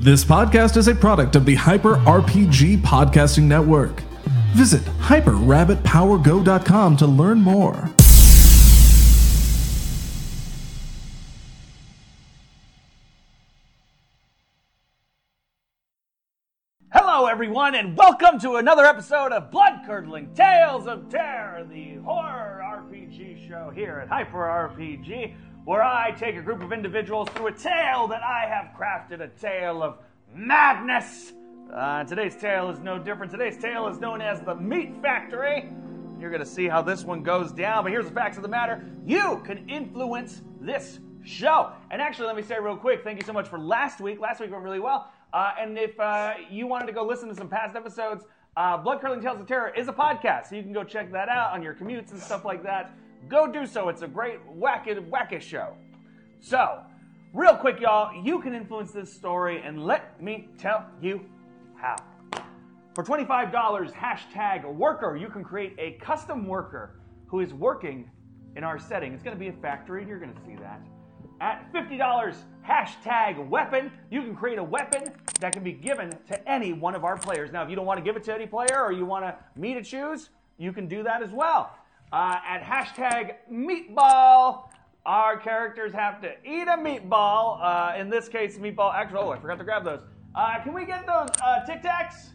This podcast is a product of the Hyper RPG Podcasting Network. Visit hyperrabbitpowergo.com to learn more. Hello, everyone, and welcome to another episode of Blood Curdling Tales of Terror, the horror RPG show here at Hyper RPG, where I take a group of individuals through a tale that I have crafted a tale of madness. Uh, today's tale is no different. Today's tale is known as The Meat Factory. You're going to see how this one goes down, but here's the facts of the matter. You can influence this show. And actually, let me say real quick thank you so much for last week. Last week went really well. Uh, and if uh, you wanted to go listen to some past episodes, uh, Blood Curling Tales of Terror is a podcast, so you can go check that out on your commutes and stuff like that. Go do so. It's a great, wacky, wacky show. So, real quick, y'all, you can influence this story, and let me tell you how. For $25, hashtag worker, you can create a custom worker who is working in our setting. It's going to be a factory, and you're going to see that. At $50, hashtag weapon, you can create a weapon that can be given to any one of our players. Now, if you don't want to give it to any player or you want to me to choose, you can do that as well. Uh, at hashtag meatball, our characters have to eat a meatball. Uh, in this case, meatball. Actually, oh, I forgot to grab those. Uh, can we get those uh, Tic Tacs?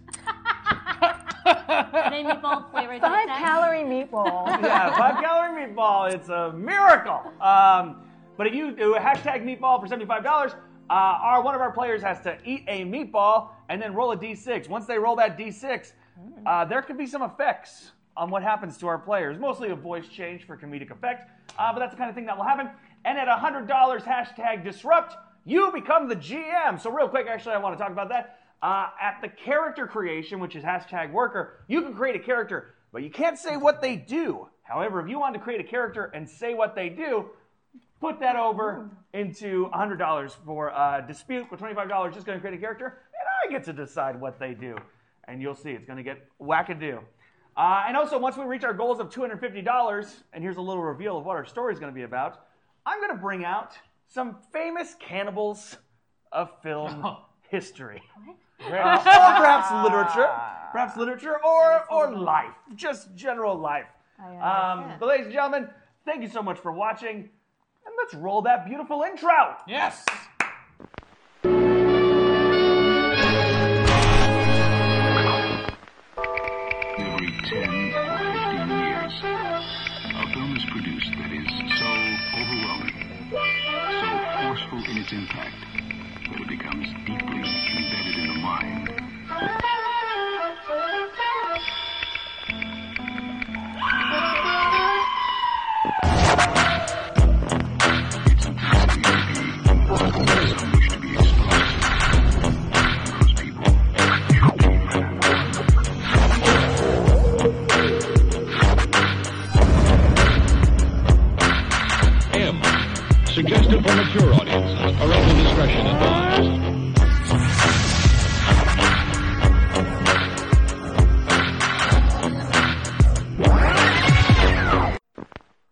They meatball flavored Five calorie meatball. yeah, five calorie meatball. It's a miracle. Um, but if you do a hashtag meatball for seventy-five dollars, uh, our one of our players has to eat a meatball and then roll a d6. Once they roll that d6, uh, there could be some effects on what happens to our players. Mostly a voice change for comedic effect, uh, but that's the kind of thing that will happen. And at hundred dollars, hashtag disrupt. You become the GM. So real quick, actually, I want to talk about that. Uh, at the character creation, which is hashtag worker, you can create a character, but you can't say what they do. However, if you want to create a character and say what they do, put that over into $100 for uh, dispute. For $25, just going to create a character, and I get to decide what they do. And you'll see, it's going to get wackadoo. Uh, and also, once we reach our goals of $250, and here's a little reveal of what our story is going to be about, I'm going to bring out some famous cannibals of film history. Uh, or perhaps literature, perhaps literature, or or life, just general life. Um, but ladies and gentlemen, thank you so much for watching, and let's roll that beautiful intro. Yes. every 10 or 15 years. A film is produced that is so overwhelming, so forceful in its impact, that it becomes deeply embedded in the mind. It's a thing some wish to be exposed. Those people should be found. M. Suggested for mature audiences. Parental discretion advised.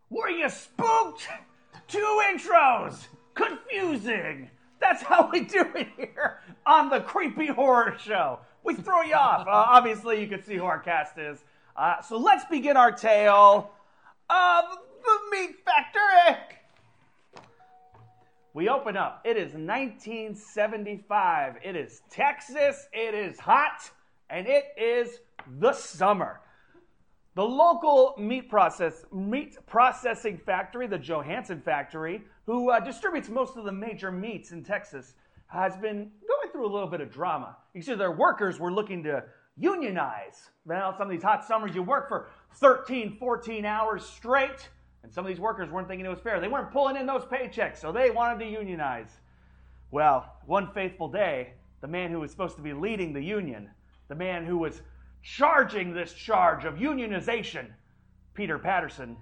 Were you spooked? Two intros! Confusing! That's how we do it here on the Creepy Horror Show. We throw you off. Uh, obviously, you can see who our cast is. Uh, so let's begin our tale of the Meat Factory. We open up. It is 1975. It is Texas. It is hot. And it is the summer. The local meat process meat processing factory, the Johansson factory, who uh, distributes most of the major meats in Texas, has been going through a little bit of drama. You see, their workers were looking to unionize. Now, some of these hot summers, you work for 13, 14 hours straight, and some of these workers weren't thinking it was fair. They weren't pulling in those paychecks, so they wanted to unionize. Well, one faithful day, the man who was supposed to be leading the union, the man who was charging this charge of unionization, Peter Patterson,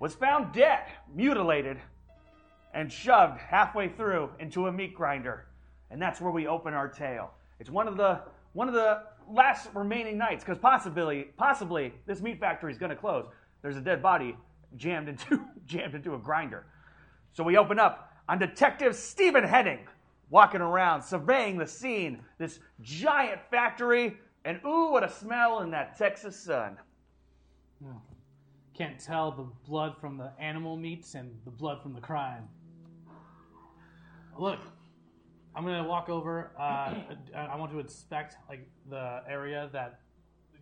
was found dead, mutilated, and shoved halfway through into a meat grinder. And that's where we open our tale. It's one of the one of the last remaining nights because possibly possibly this meat factory is going to close. There's a dead body jammed into jammed into a grinder. So we open up on Detective Stephen Henning, walking around, surveying the scene, this giant factory, and ooh, what a smell in that Texas sun. Can't tell the blood from the animal meats and the blood from the crime. Look, I'm gonna walk over. Uh, I- I want to inspect like the area that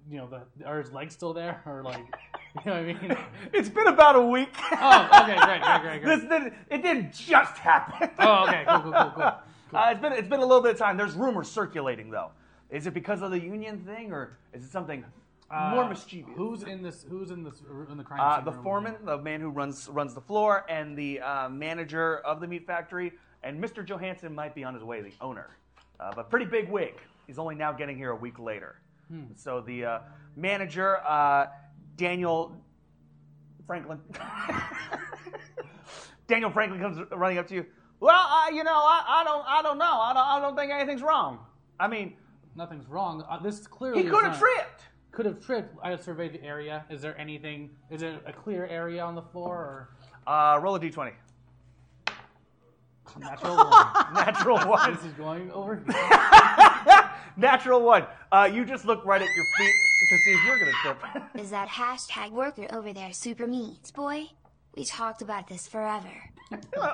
you know the are his legs still there or like you know what I mean? It's been about a week. Oh, okay, great, great, great, great. this didn't, it didn't just happen. Oh, okay, cool, cool, cool, cool. cool. Uh, it's been it's been a little bit of time. There's rumors circulating though. Is it because of the union thing, or is it something more Uh, mischievous? Who's in this? Who's in this? In the crime Uh, scene the room? foreman, the man who runs runs the floor, and the uh, manager of the meat factory, and Mr. Johansson might be on his way, the owner, uh, but pretty big wig. He's only now getting here a week later. So the uh, manager, uh, Daniel Franklin, Daniel Franklin comes running up to you. Well, uh, you know, I, I don't, I don't know. I don't, I don't think anything's wrong. I mean, Nothing's wrong. Uh, this clearly he could have have tripped. Could have tripped. I surveyed the area. Is there anything? Is there a clear area on the floor Uh, roll a d20. or natural? one? Natural one. this is going over. Here. Natural one. Uh, you just look right at your feet to see if you're gonna trip. Is that hashtag worker over there super meat, boy? We talked about this forever.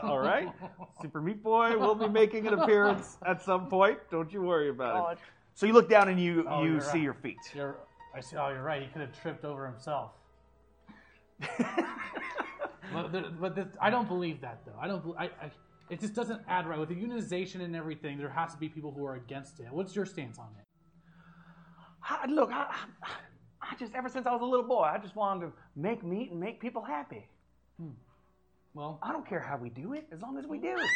All right. Super Meat Boy will be making an appearance at some point. Don't you worry about it. So you look down and you Oh, you you're see right. your feet. You're, I see. Oh, you're right. He could have tripped over himself. but the, but this, I don't believe that though. I don't. bel- I, I, it just doesn't add right with the unionization and everything. There has to be people who are against it. What's your stance on it? I, look, I, I- I just ever since I was a little boy, I just wanted to make meat and make people happy. Well, I don't care how we do it, as long as we do. it.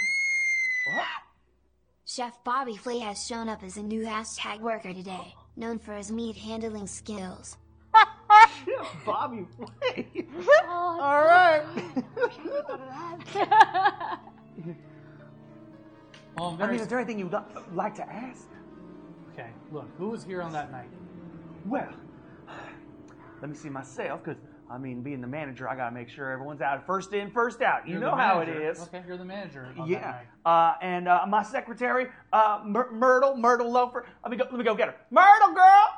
Chef Bobby Flay has shown up as a new hashtag worker today, known for his meat handling skills. Bobby Flay. Oh, All right. well, I'm I very mean, is there anything you'd li- like to ask? okay. Look, who was here on that night? Well, let me see myself, because I mean, being the manager, I gotta make sure everyone's out first in, first out. You You're know the how it manager. is. Okay, you're the manager. On That Yeah. night. Uh, and uh, my secretary, uh, Myr- Myrtle, Myrtle Loafer. Let me go. Let me go get her. Myrtle girl.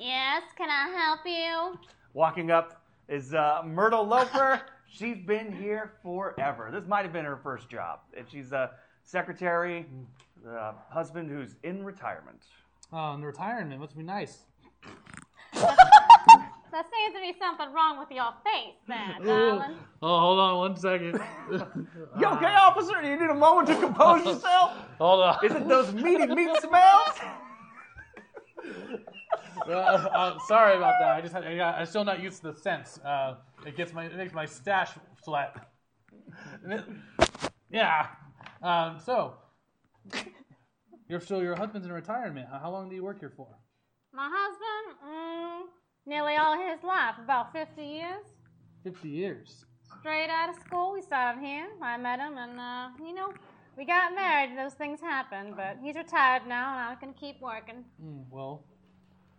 Yes, can I help you? Walking up is uh, Myrtle Loafer. she's been here forever. This might have been her first job, and she's a secretary, uh, husband who's in retirement. Oh, and the retirement must be nice. There seems to be something wrong with your face there, darling. Oh, hold on one second. You okay, officer? You need a moment to compose yourself. hold on. Is it those meaty meat smells? Uh, uh, sorry about that. I just had, I got, I'm still not used to the scents. Uh, it gets my it makes my stash sweat. yeah. Um, so you're still your husband's in retirement. How- How long do you work here for? My husband, mm, nearly all his life, about 50 years. Fifty years. Straight out of school, we saw him here. I met him, and, uh, you know, we got married. Those things happen, but he's retired now, and I can keep working. Hmm, Well,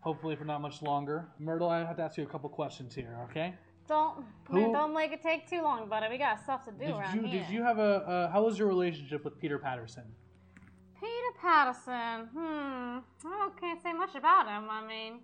hopefully for not much longer. Myrtle, I have to ask you a couple questions here. Okay. Don't Who- don't make it take too long, buddy. We got stuff to do Did around you here. did you have a uh, how was your relationship with Peter Patterson? Peter Patterson. Hmm. I don't, can't say much about him. I mean,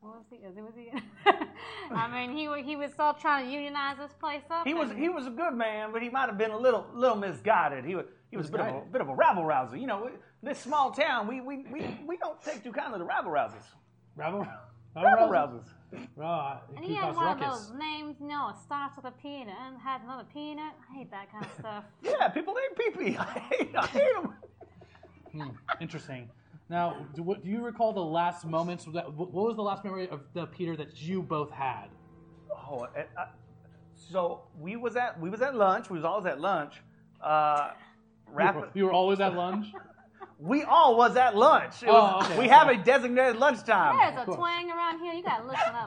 what was he? Is he was he? I mean, he wa- he was all trying to unionize this place up. He was and- he Hmm. was a good man, but he might have been a little little misguided. He was he was a bit of a, Misguided. bit of a rabble rouser. You know, we- this small town, we we, we, we don't take too kindly to rabble rousers. Rabble, Rabble rousers. Uh, And he had one of those names, you know, it starts with a peanut and has another peanut. I hate that kind of stuff. Yeah, people named Pee Pee. I hate, I hate 'em. Hmm, Interesting. Now, do, what, do you recall the last moments? That, wh- what was the last memory of the Peter that you both had? Oh, and I, so we was at we was at lunch. We was always at lunch. Uh, You were, rap, you were always at lunch. we all was at lunch. It was, Oh, okay. we have a designated lunchtime. There's a course. twang around here. You gotta listen up,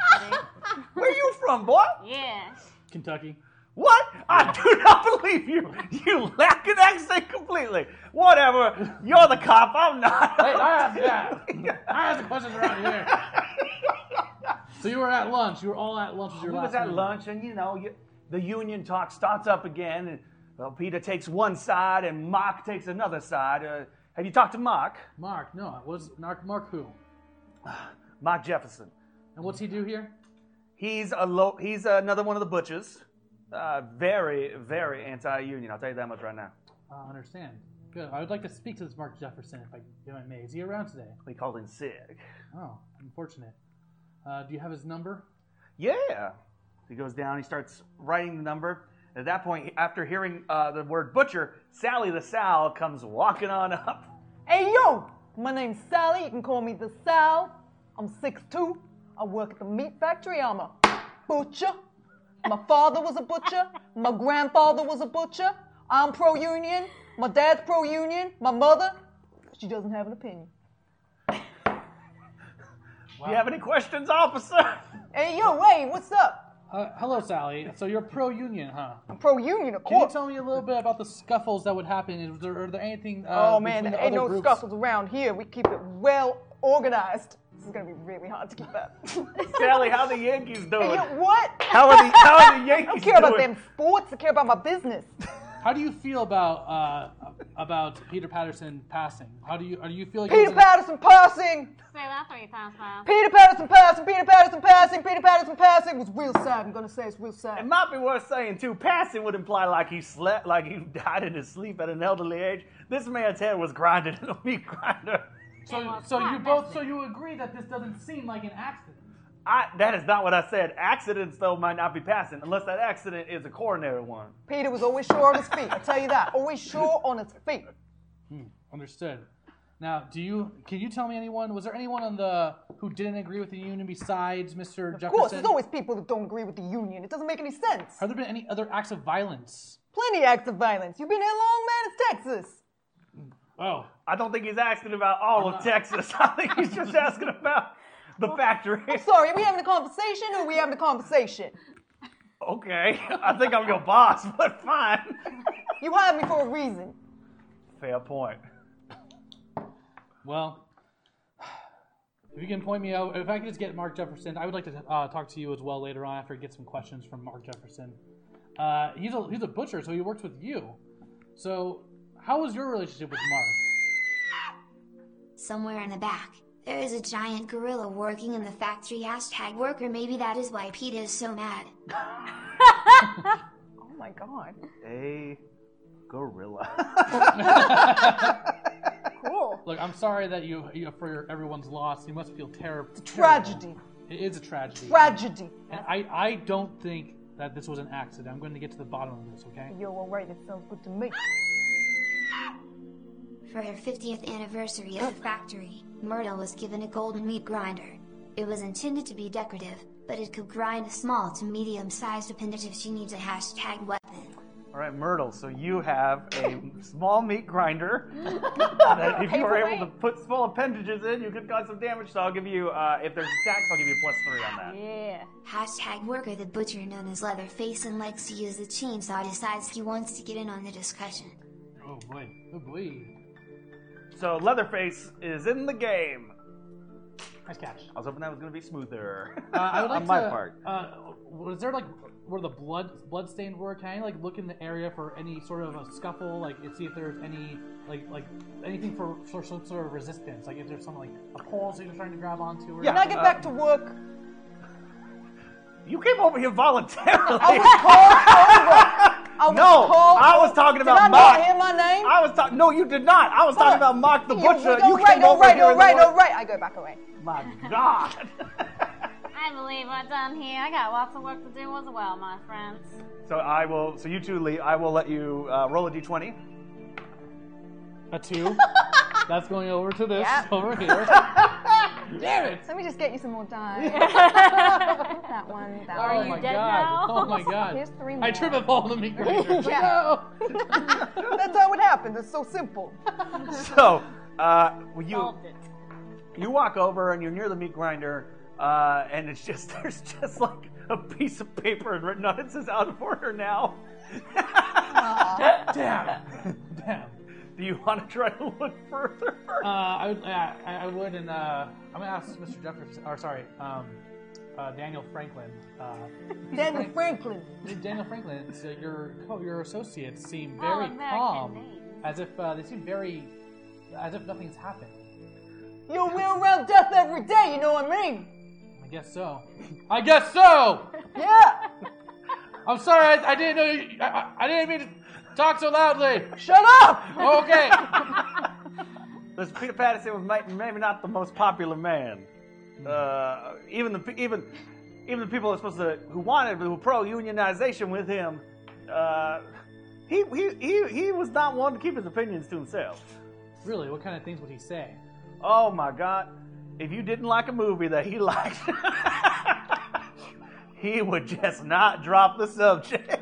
buddy. Where you from, boy? Yeah. Kentucky. What? I do not believe you. You lack an accent completely. Whatever. You're the cop. I'm not. I asked questions around here. so you were at lunch. You were all at lunch. Was your we last was at memory. lunch, and you know, you, the union talk starts up again, and Well, Peter takes one side and Mark takes another side. Uh, have you talked to Mark? Mark, no, what's Mark? Mark who? Mark Jefferson. And what's he do here? He's a lo- he's another one of the butchers. Uh, very, very anti-union. I'll tell you that much right now. I understand. Good. I would like to speak to this Mark Jefferson, if I, if I may. Is he around today? We called in sick. Oh, unfortunate. Uh, do you have his number? Yeah. He goes down. He starts writing the number. At that point, after hearing uh, the word butcher, Sally the Sal comes walking on up. Hey yo, my name's Sally. You can call me the Sal. I'm 6'2. I work at the meat factory. I'm a butcher. My father was a butcher. My grandfather was a butcher. I'm pro union. My dad's pro union. My mother, she doesn't have an opinion. Do you have any questions, officer? Hey yo, Ray, what's up? Uh, hello, Sally. So you're pro-union, huh? I'm pro union, of Can you course. tell me a little bit about the scuffles that would happen? Is there, are there anything? Uh, Oh man, there between the ain't other no groups? scuffles around here. We keep it well organized. This is gonna be really hard to keep up. Sally, how the Yankees doing? Hey, yo, what? How are the How are the I Yankees don't care about doing? them sports. I care about my business. How do you feel about uh, about Peter Patterson passing? How do you how do you feel like it Peter was a- Patterson passing. Say that three times fast. Peter Patterson passing. Peter Patterson passing. Peter Patterson passing. It was real sad. I'm gonna say it's real It sad. might be worth saying too. Passing would imply like he slept, like he died in his sleep at an elderly age. This man's head was grinded in a meat grinder. So, so you both so you agree that this doesn't seem like an accident. I, that is not what I said. Accidents though might not be passing unless that accident is a coronary one. Peter was always sure on his feet. I tell you that. Always sure on his feet. Understood. Now, do you can you tell me anyone? Was there anyone on the who didn't agree with the union besides Mr. Jefferson? Of course, there's always people that don't agree with the union. It doesn't make any sense. Have there been any other acts of violence? Plenty acts of violence. You've been here long, man. It's Texas. Oh, I don't think he's asking about all of Texas. I think he's just asking about the factory. Sorry, are we having a conversation or are we having a conversation? Okay, I think I'm your boss, but fine. You hired me for a reason. Fair point. well. If you can point me out, if I could just get Mark Jefferson, I would like to uh, talk to you as well later on after I get some questions from Mark Jefferson. Uh, he's a he's a butcher, so he works with you. So, how was your relationship with Mark? Somewhere in the back, there is a giant gorilla working in the factory hashtag worker. Maybe that is why Peter is so mad. Oh my god. A gorilla. Cool. Look, I'm sorry that you, you for your, everyone's loss. You must feel terrible. Tragedy. It is a tragedy. Tragedy. And I, I don't think that this was an accident. I'm going to get to the bottom of this, okay? Yo, alright, that sounds good to me. For her 50th anniversary of the factory, Myrtle was given a golden meat grinder. It was intended to be decorative, but it could grind a small to medium sized appendage if she needs a hashtag weapon. All right, Myrtle. So you have a small meat grinder that, if you are able to put small appendages in, you could cause some damage. So I'll give you, uh, if there's attacks, I'll give you plus three on that. Yeah. Hashtag worker, the butcher known as Leatherface and likes to use the chainsaw, decides he wants to get in on the discussion. Oh boy. Oh boy. So Leatherface is in the game. Nice catch. I was hoping that was going to be smoother Uh, I would like on my to, part. Uh, was there like where the blood bloodstained were? Can I like look in the area for any sort of a scuffle, like and see if there's any like like anything for, for some sort of resistance? Like if there's some like a pole that you're trying to grab onto or Can I get back to work? You came over here voluntarily. I was called over. I was No, called I was over. talking Did about I Mark. not hear my name? I was talking. No, you did not. I was talking about Mark the butcher. You, You, all right, came all over right, here. all and right, all were- right. I go back away. My God. I believe I'm done here. I got lots of work to do as well, my friends. so I will. So you two leave. I will let you uh, roll a d20. a two. That's going over to this Yep. over here. Damn it! Let me just get you some more dye. that one, that Are Oh you my dead god! now? Oh my god! Here's three I more. trip up all the meat grinders. Yeah. one. That's how it happened. It's so simple. So uh, well, you Solved it. you walk over and you're near the meat grinder, uh, and it's just there's just like a piece of paper and written on it says "out for order now." Damn. Damn. Do you want to try to look further? Uh, I would, yeah, I, I would, and uh, I'm gonna ask Mr. Jefferson, or sorry, um, uh, Daniel Franklin. Uh, Daniel Franklin. Daniel Franklin, so your co- your associates seem All very Oh, American calm, names. as if uh, they seem very, as if nothing's happened. Yo, we're around death every day, you know what I mean? I guess so. I guess so. Yeah. I'm sorry, I, I didn't know. You, I, I- I didn't mean to talk so loudly. Shut up. Okay. This Peter Patterson was might- maybe not the most popular man. Uh, even the pe- even even the people that supposed to who wanted who pro unionization with him, uh, he, he he he was not one to keep his opinions to himself. really, what kind of things would he say? Oh my God! If you didn't like a movie that he liked, he would just not drop the subject.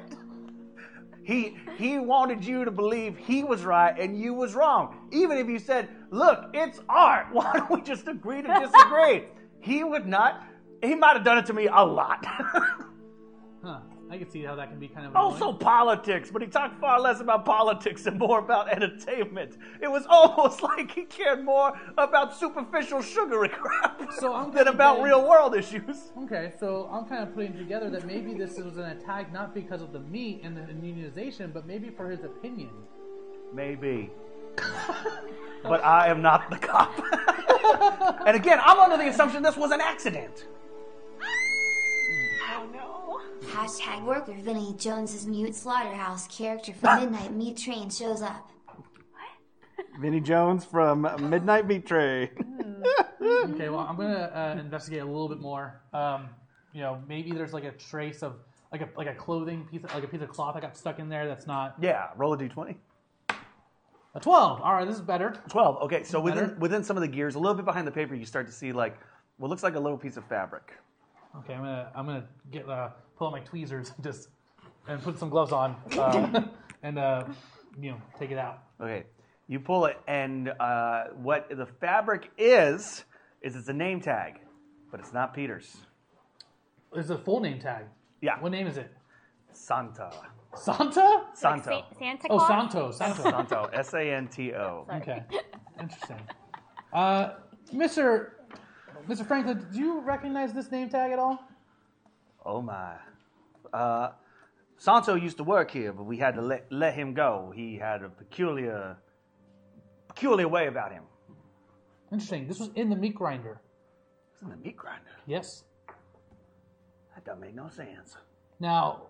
He he wanted you to believe he was right and you was wrong, even if you said, "Look, it's art. Why don't we just agree to disagree?" he would not. He might have done it to me a lot. Huh? I can see how that can be kind of. annoying. also politics, but he talked far less about politics and more about entertainment. It was almost like he cared more about superficial sugary crap So I'm than gonna about get- real world issues. Okay, so I'm kind of putting together that maybe this was an attack not because of the meat and the immunization, but maybe for his opinion. Maybe. but I am not the cop. and again, I'm under the assumption this was an accident. Hashtag worker Vinny Jones's mute slaughterhouse character from Midnight Meat Train shows up. Vinnie Jones from Midnight Meat Tray. Okay, well, I'm gonna uh, investigate a little bit more. Um, you know, maybe there's like a trace of like a like a clothing piece, like a piece of cloth that got stuck in there. That's not yeah, roll a d20. a twelve. All right, this is better. 12. Okay, so within, Better? within some of the gears, a little bit behind the paper, you start to see like what looks like a little piece of fabric. Okay, I'm gonna I'm gonna get uh, pull out my tweezers and just and put some gloves on uh, and uh, you know take it out. Okay, you pull it, and uh, what the fabric is is it's a name tag, but it's not Peter's. It's a full name tag. Yeah, What name is it? Santa. Santa? Santo. Sa- Santa Oh, Claus? Santo. Santo. Santo. S A N T O. Okay. Interesting. Uh, Mr. Mr. Franklin, do you recognize this name tag at all? Oh my. Uh, Santo used to work here, but we had to let, let him go. He had a peculiar, peculiar way about him. Interesting. This was in the meat grinder. It's in the meat grinder. Yes. That doesn't make no sense. Now,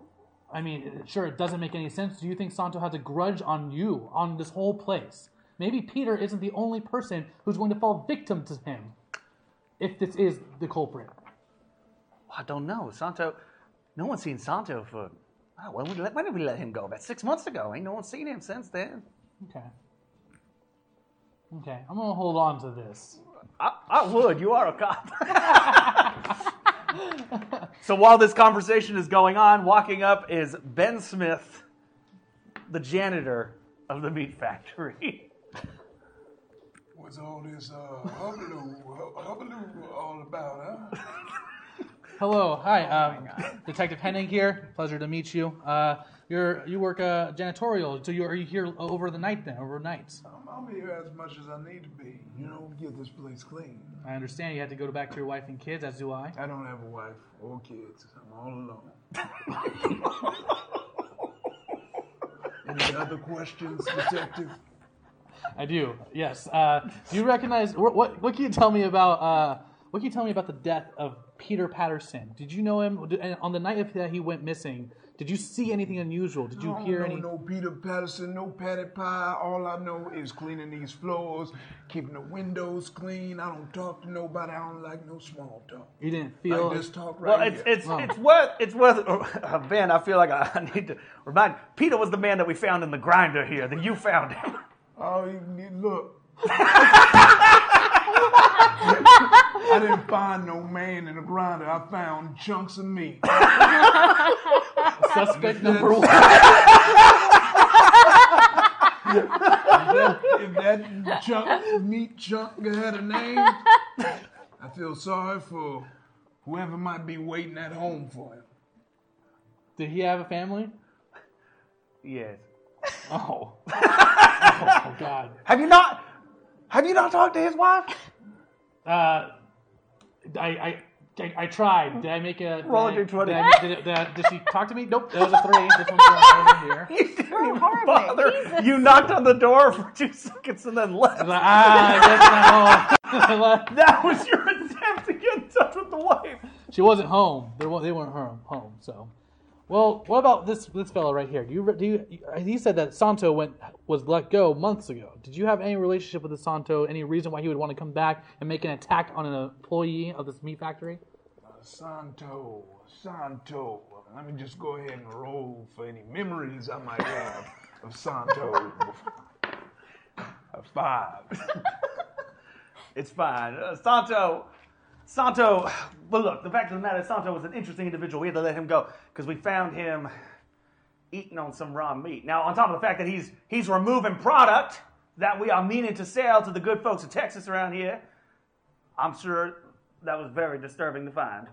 I mean, sure, it doesn't make any sense. Do you think Santo has a grudge on you, on this whole place? Maybe Peter isn't the only person who's going to fall victim to him if this is the culprit. Oh, I don't know. Santo, no one's seen Santo for. Wow, when, we let, when did we let him go? About six months ago. Ain't no one seen him since then. Okay. Okay, I'm gonna hold on to this. I, I would. You are a cop. so while this conversation is going on, walking up is Ben Smith, the janitor of the meat factory. What's all this uh, hubbub hubbub all about, huh? Hello, hi, um, Detective Henning here. Pleasure to meet you. Uh, you're you work uh, janitorial, so you are you here over the night then? Overnight, I'm, I'm here as much as I need to be. You know, get this place clean. I understand you had to go back to your wife and kids, as do I. I don't have a wife or kids. I'm all alone. Any other questions, detective? I do. Yes. Uh, do you recognize what, what? What can you tell me about? Uh, what can you tell me about the death of Peter Patterson? Did you know him did- and on the night of that he went missing? Did you see anything unusual? Did you I don't hear know any? no Peter Patterson, no Patty Pie. All I know is cleaning these floors, keeping the windows clean. I don't talk to nobody. I don't like no small talk. You didn't feel. Like this talk right Well, it's here. it's it's worth it's worth. Uh, ben, I feel like I, I need to remind. Peter was the man that we found in the grinder here. That you found him. Oh, you, you- look. I didn't find no man in the grinder. I found chunks of meat. That's- Suspect number one. if that chunk meat chunk had a name, I feel sorry for whoever might be waiting at home for him. Did he have a family? Yes. Oh. oh God. Have you not? Have you not talked to his wife? Uh, I, I I, I tried. Did I make a? did Roll I- your 20. Did, I, did, it- did I- did she talk to me? Nope. That was a three. This one's right over here. You didn't even bother. You knocked on the door for two seconds and then left. ah, I guess not. that was your attempt to get in touch with the wife. She wasn't home. They weren't, they weren't home. Home. So, well, what about this this fellow right here? Do you re- do you? He said that Santo went was let go months ago. Did you have any relationship with the Santo? Any reason why he would want to come back and make an attack on an employee of this meat factory? Santo, Santo. Let me just go ahead and roll for any memories I might have of Santo. A five. it's fine. Uh, Santo, Santo. But look, the fact of the matter, is Santo was an interesting individual. We had to let him go because we found him eating on some raw meat. Now, on top of the fact that he's he's removing product that we are meaning to sell to the good folks of Texas around here, I'm sure that was very disturbing to find.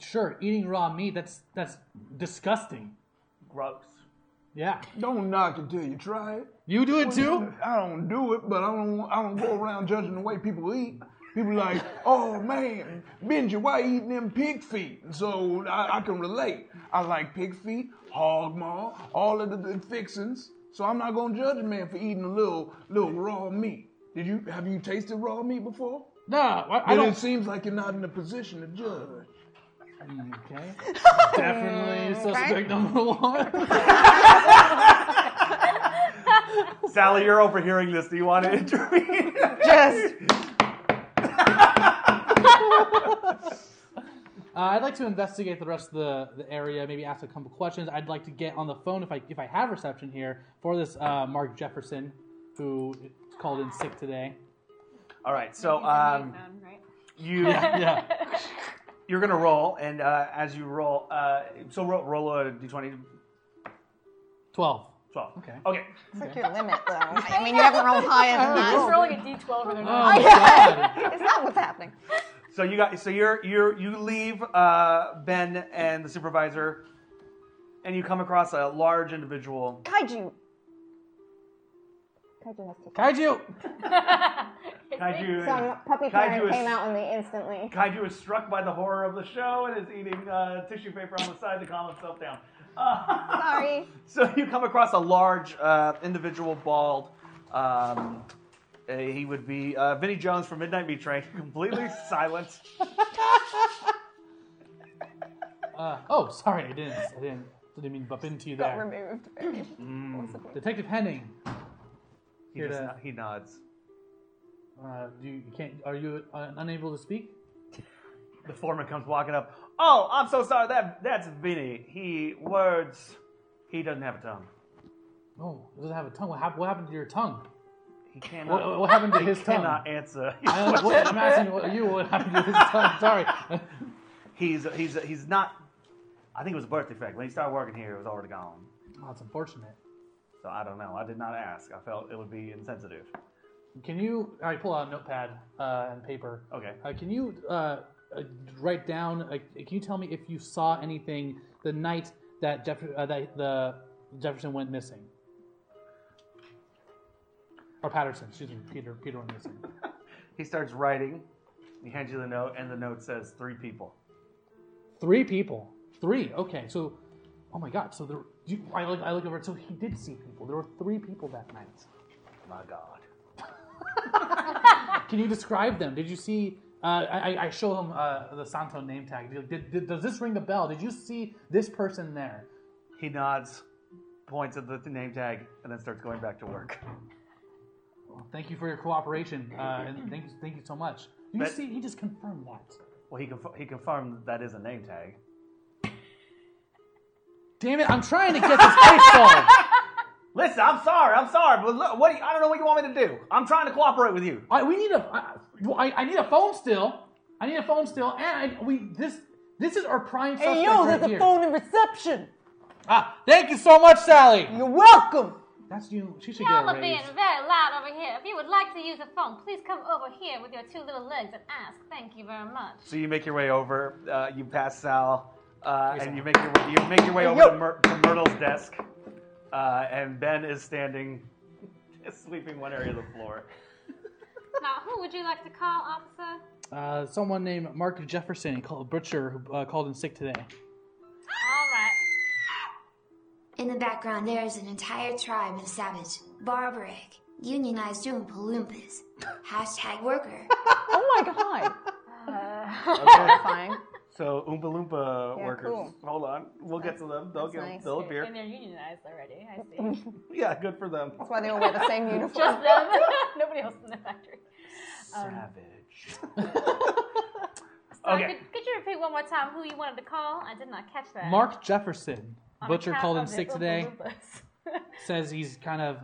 Sure, eating raw meat. That's that's disgusting. Gross. Yeah. Don't knock it till you try it. You do it too? I don't do it, but I don't. I don't go around judging the way people eat. People like, oh man, Benji, why you eating them pig feet? And so I, I can relate. I like pig feet, hog maw, all of the, the fixings. So I'm not gonna judge a man for eating a little little raw meat. Did you have you tasted raw meat before? No, I, I Then don't. It seems like you're not in a position to judge. Okay. Definitely suspect number one. Uh, Sally, you're overhearing this. Do you want to intervene? Yes. Uh, I'd like to investigate the rest of the, the area. Maybe ask a couple questions. I'd like to get on the phone if I if I have reception here for this uh, Mark Jefferson, who called in sick today. All right. So, um, you Yeah. you're gonna roll, and uh, as you roll, uh, so roll, roll a d20, Twelve. 12. Okay. Okay. It's like your limit, though. I mean, you haven't rolled higher than He's that. rolling a d12 and they're Oh, not. my God. Is that what's happening? So you got, so you're you're you leave uh, Ben and the supervisor, and you come across a large individual. Kaiju. Kaiju has to. Kaiju. Kaiju, Puppy Kaiju Pirate is- came out on me instantly. Kaiju is struck by the horror of the show and is eating uh, tissue paper on the side to calm itself down. Uh, Sorry. so you come across a large uh, individual, bald. Um, uh, he would be uh, Vinnie Jones from Midnight Meat Train, completely silent. Uh, oh, sorry, I didn't. I didn't. I didn't mean to bump into you Got there. removed. Mm-hmm. Detective Henning. He, Here just, to- no- he nods. Uh, do you, you can't? Are you uh, unable to speak? The foreman comes walking up. Oh, I'm so sorry. That that's Vinny. He words. He doesn't have a tongue. Oh, it doesn't have a tongue. What, hap- what happened to your tongue? He cannot. What, what happened to his tongue? cannot answer. I, what, I'm asking what, you what happened to his tongue. Sorry. he's he's he's not. I think it was a birth defect. When he started working here, it was already gone. Oh, that's unfortunate. So I don't know. I did not ask. I felt it would be insensitive. Can you? All right, pull out a notepad uh, and paper. Okay. Uh, can you uh, uh, write down? Uh, can you tell me if you saw anything the night that Jeff uh, that the Jefferson went missing? Or Patterson, excuse me, Peter. Peter went missing. He starts writing. He hands you the note, and the note says three people. Three people. Three. Okay. So, oh my God. So there. You, I look. I look over. So he did see people. There were three people that night. My God. Can you describe them? Did you see? Uh, I, I- I show him uh, the Santo name tag. Did- did- did- does this ring the bell? Did you see this person there? He nods, points at the name tag, and then starts going back to work. Well, thank you for your cooperation, uh, and thank, thank you so much. Did you That- see? He just confirmed that. Well, he conf- he confirmed that is a name tag. Damn it! I'm trying to get this case solved. Listen, I'm sorry, I'm sorry, but look, what do you, I don't know what you want me to do. I'm trying to cooperate with you. I, we need a. I, I, I need a phone still. I need a phone still, and I, we this this is our prime suspect Hey, yo, right there's here. a phone in reception. Ah, thank you so much, Sally. You're welcome. That's you. She should Y'all get are a being raise. very loud over here. If you would like to use a phone, please come over here with your two little legs and ask. Thank you very much. So you make your way over. Uh, you pass Sal, uh, Hey, Sal. and you make your way, you make your way over yo. to, Myr- to Myrtle's desk, uh, and Ben is standing, sweeping one area of the floor. Now, who would you like to call, officer? Uh, someone named Mark Jefferson, called butcher, who uh, called in sick today. All right. In the background, there is an entire tribe of savage, barbaric, unionized Oompa Loompas. Hashtag worker. oh my god. Uh, So Oompa Loompa Yeah, workers. cool. Hold on, we'll get to them. They'll That's get, nice. they'll appear. And they're unionized already. I see. Yeah, good for them. That's why they all wear the same uniform. Just them. Nobody else in the factory. Um, Savage. So Okay. could, could you repeat one more time who you wanted to call? I did not catch that. Mark Jefferson, On butcher, account called in of the sick today. Oompa-Loompas. Says he's kind of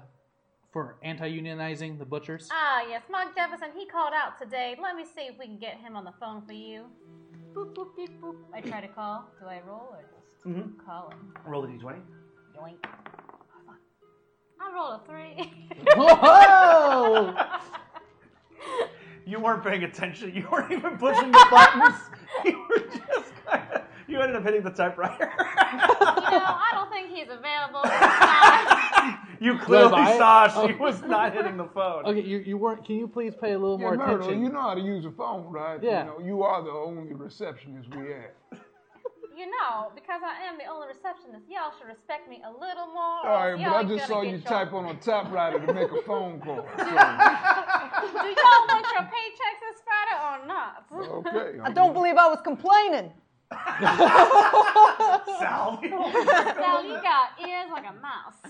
for anti-unionizing the butchers. Ah, yes, Mark Jefferson. He called out today. Let me see if we can get him on the phone for you. Boop boop beep boop. I try to call. Do I roll or just Mm-hmm. Mhm. call him? Roll the d20. Yoink. I rolled a three. Whoa! you weren't paying attention. You weren't even pushing the buttons. You were just kind of, you ended up hitting the typewriter. you know, I don't think he's available. Sorry. You clearly I? saw she Oh. was not hitting the phone. Okay, you, you weren't. Can you please pay a little Yeah, more Myrtle, attention? you know how to use a phone, right? Yeah. You, know, you are the only receptionist we have. you know, because I am the only receptionist, y'all should respect me a little more. or All right, else but y'all I just gonna saw get you your- type on a typewriter to make a phone call. Do y'all want your paychecks this Friday or not? Okay. I don't believe I was complaining. Sal. Now you got ears like a mouse.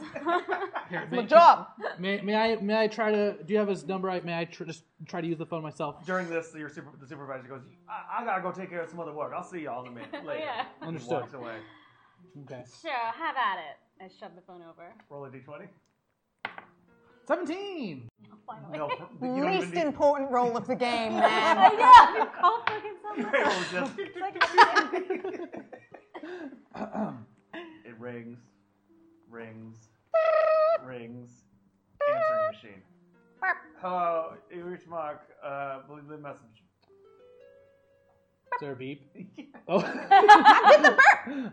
Here, my job. May, may I may I try to? Do you have his number? I May I tr- just try to use the phone myself? During this, your super, the supervisor goes, I, I gotta go take care of some other work. I'll see y'all in a minute later. Yeah. And Understood. Walks away. Okay. Sure, how about it? I shoved the phone over. Roll a d20. Seventeen. Finally. No, you don't even Least need important role of the game, man. I know. You called freaking someone. It was just- it rings, rings, rings. Answering machine. Hello, you reached Mark. Uh, leave the message. Is there a beep? Oh.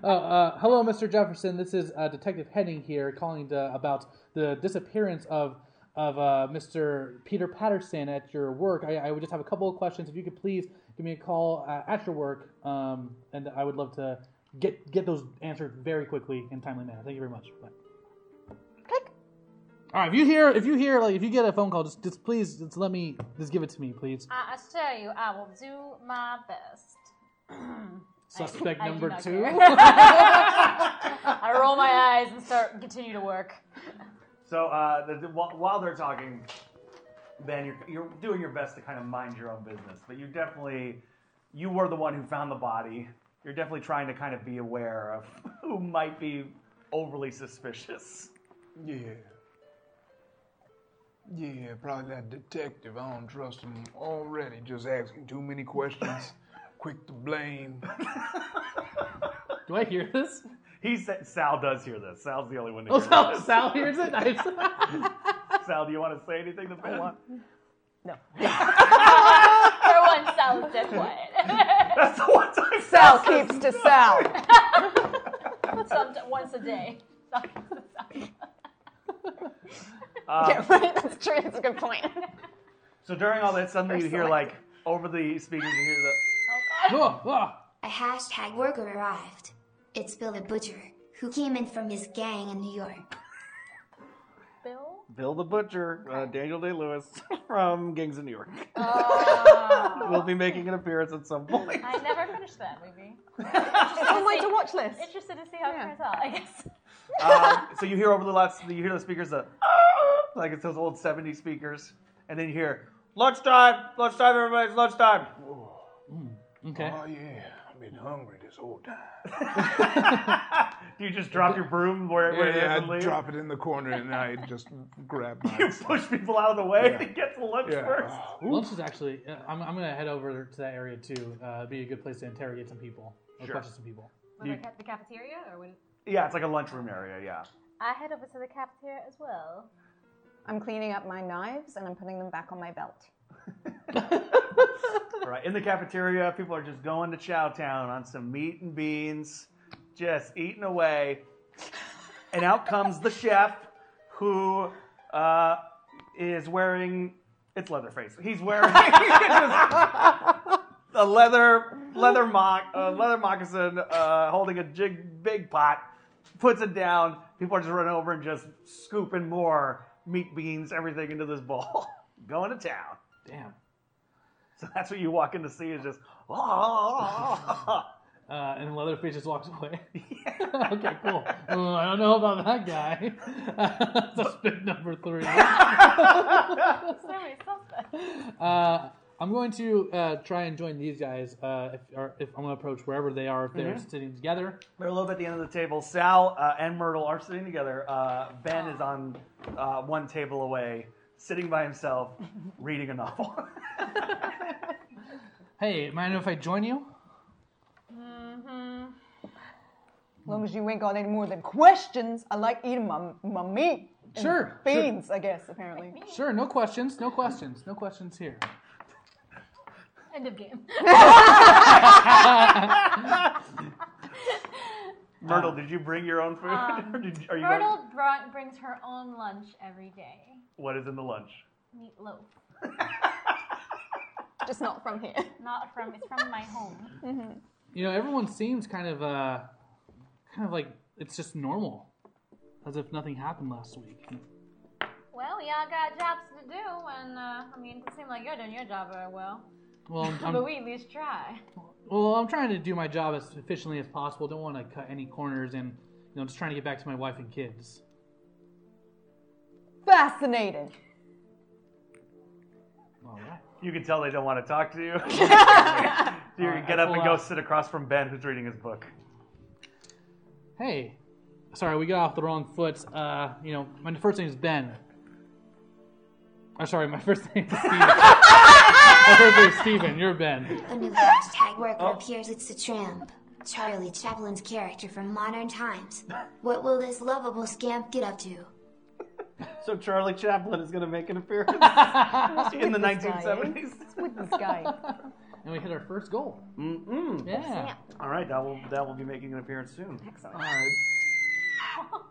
uh, uh, hello, Mr. Jefferson. This is uh, Detective Henning here, calling to, about the disappearance of of uh, Mr. Peter Patterson at your work. I, I would just have a couple of questions. If you could please give me a call uh, at your work, um, and I would love to get get those answered very quickly in timely manner. Thank you very much. Bye. All right. If you hear, if you hear, like, if you get a phone call, just, just please, just let me, just give it to me, please. I assure you, I will do my best. Suspect I do number not two. I roll my eyes and start continue to work. So uh, the, the, while while they're talking, Ben, you're, you're doing your best to kind of mind your own business, but you definitely you were the one who found the body. You're definitely trying to kind of be aware of who might be overly suspicious. Yeah. Yeah, probably that detective. I don't trust him already. Just asking too many questions. Quick to blame. Do I hear this? He said Sal does hear this. Sal's the only one. To Oh, hear Sal, this. Sal hears it. Nice. Sal, do you want to say anything to Ben? Um, For one, Sal is dead quiet. That's the one time Sal says keeps to Sal. Some, once a day. Sal keeps to Sal. yeah, right. That's true. That's a good point. So during all that, suddenly you First hear like select. over the speakers, you hear the Oh, oh. A hashtag worker arrived. It's Bill the Butcher, who came in from his gang in New York. Bill? Bill the Butcher, uh, Daniel Day Lewis from Gangs of New York. will be making an appearance at some point. I never finished that movie. On my to watch list. Interested to see how it turns out, I guess. um, so you hear over the last, you hear the speakers that, like it's those old 70 speakers, and then you hear lunchtime, lunchtime, everybody, it's lunchtime. Okay. Oh, yeah. I've been hungry this whole time. Do you just drop your broom where, where Yeah, it is I and leave? drop it in the corner and I just grab my. You push people out of the way Yeah. to get to lunch Yeah. Oh, first. Lunch is actually. Uh, I'm, I'm gonna head over to that area too. Uh, it'd be a good place to interrogate some people or Sure. question some people. Was You- it ca- the cafeteria or would Yeah, it's like a lunchroom area. Yeah. I head over to the cafeteria as well. I'm cleaning up my knives and I'm putting them back on my belt. Right. In the cafeteria, people are just going to Chowtown on some meat and beans, just eating away. And out comes the chef who uh, is wearing It's Leatherface. He's wearing a leather leather mock uh, leather moccasin, uh, holding a jig, big pot. Puts it down. People are just running over and just scooping more meat beans, everything into this bowl. Going to town. Damn. So that's what you walk in to see is just. "Ah." Uh, and Leatherface just walks away. okay, cool. Uh, I don't know about that guy. That's big number three. so many suspects. Uh, I'm going to uh, try and join these guys. Uh, if, or if I'm going to approach wherever they are, if they're Mhm. sitting together. They're a little bit at the end of the table. Sal uh, and Myrtle are sitting together. Uh, ben is on uh, one table away, sitting by himself, reading a novel. Hey, mind if I join you? Mm-hmm. As long as you ain't got any more than questions, I like eating my, my meat. and Sure, sure. Beans, I guess, apparently. Sure. No questions. No questions. No questions here. End of game. Myrtle, did you bring your own food? Um, or did, are you going- Myrtle brought, brings her own lunch every day. what is in the lunch? Meatloaf. Just not from here. Not from. It's from my home. You know, everyone seems kind of, uh, kind of like it's just normal, as if nothing happened last week. Well, we all got jobs to do, and uh, I mean, it doesn't seem like you're doing your job very well. Well, I'm, but we at least try. well, I'm trying to do my job as efficiently as possible. Don't want to cut any corners, and you know, just trying to get back to my wife and kids. Fascinating. You can tell they don't want to talk to you. so you Alright, get I up and pull go out- sit across from Ben, who's reading his book. Hey, sorry, we got off the wrong foot. Uh, you know, my first name is Ben. I'm sorry, my first name is Steven. my first name is Steven. You're Ben. A new hashtag worker appears. It's the tramp. Charlie Chaplin's character from modern times. What will this lovable scamp get up to? So Charlie Chaplin is going to make an appearance in eh? the 1970s. What's with this guy? And we hit our first goal. Mm-mm. Yeah. All right, that will that will be making an appearance soon. Excellent. All right.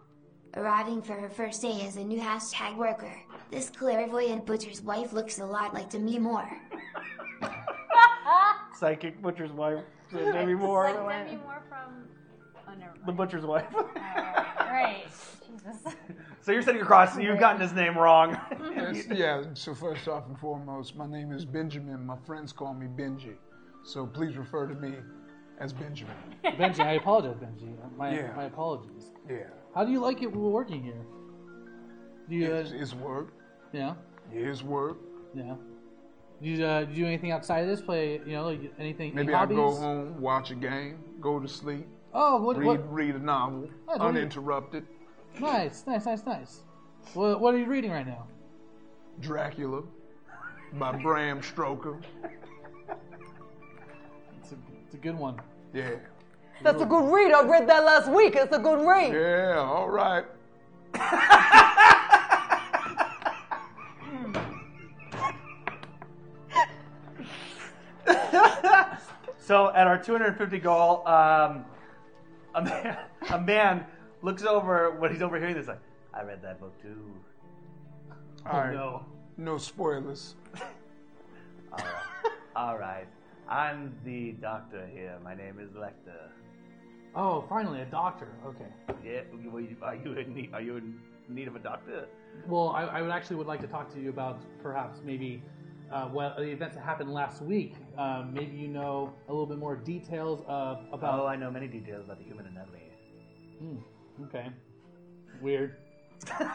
Arriving for her first day as a new hashtag worker, this clairvoyant butcher's wife looks a lot like Demi Moore. Psychic butcher's wife, Demi Moore, Like Demi Moore from. Oh, never the mind. butcher's wife. Great. Jesus. so you're sitting across. You've gotten his name wrong. Yes, yeah, so first off and foremost, my name is Benjamin. My friends call me Benji. So please refer to me as Benjamin. Benji, I apologize, Benji. My, Yeah. my apologies. Yeah. How do you like it working here? Do you, uh, It's, it's work. yeah, Yeah, it's work. yeah. Do you uh, do anything outside of this? Play, you know, like anything? any Maybe hobbies? I go home, watch a game, go to sleep, Oh, what, read, what? read a novel, Oh, don't you- uninterrupted. Nice, nice, nice, nice. What, what are you reading right now? Dracula by Bram Stoker. It's a, it's a good one. Yeah. That's a good read. I read that last week. It's a good read. Yeah, all right. So at our 250 goal, um, a man, a man looks over when he's overhearing this like, I read that book too. All right. No. No spoilers. All right. I'm the doctor here. My name is Lecter. Oh, finally, a doctor. Okay. Yeah, well, you- are you in need, are you in need of a doctor? Well, I, I would actually would like to talk to you about perhaps maybe uh, well the events that happened last week. Um, maybe you know a little bit more details of about. Oh, I know many details about the human anatomy. Oh. Okay. Weird. Dr.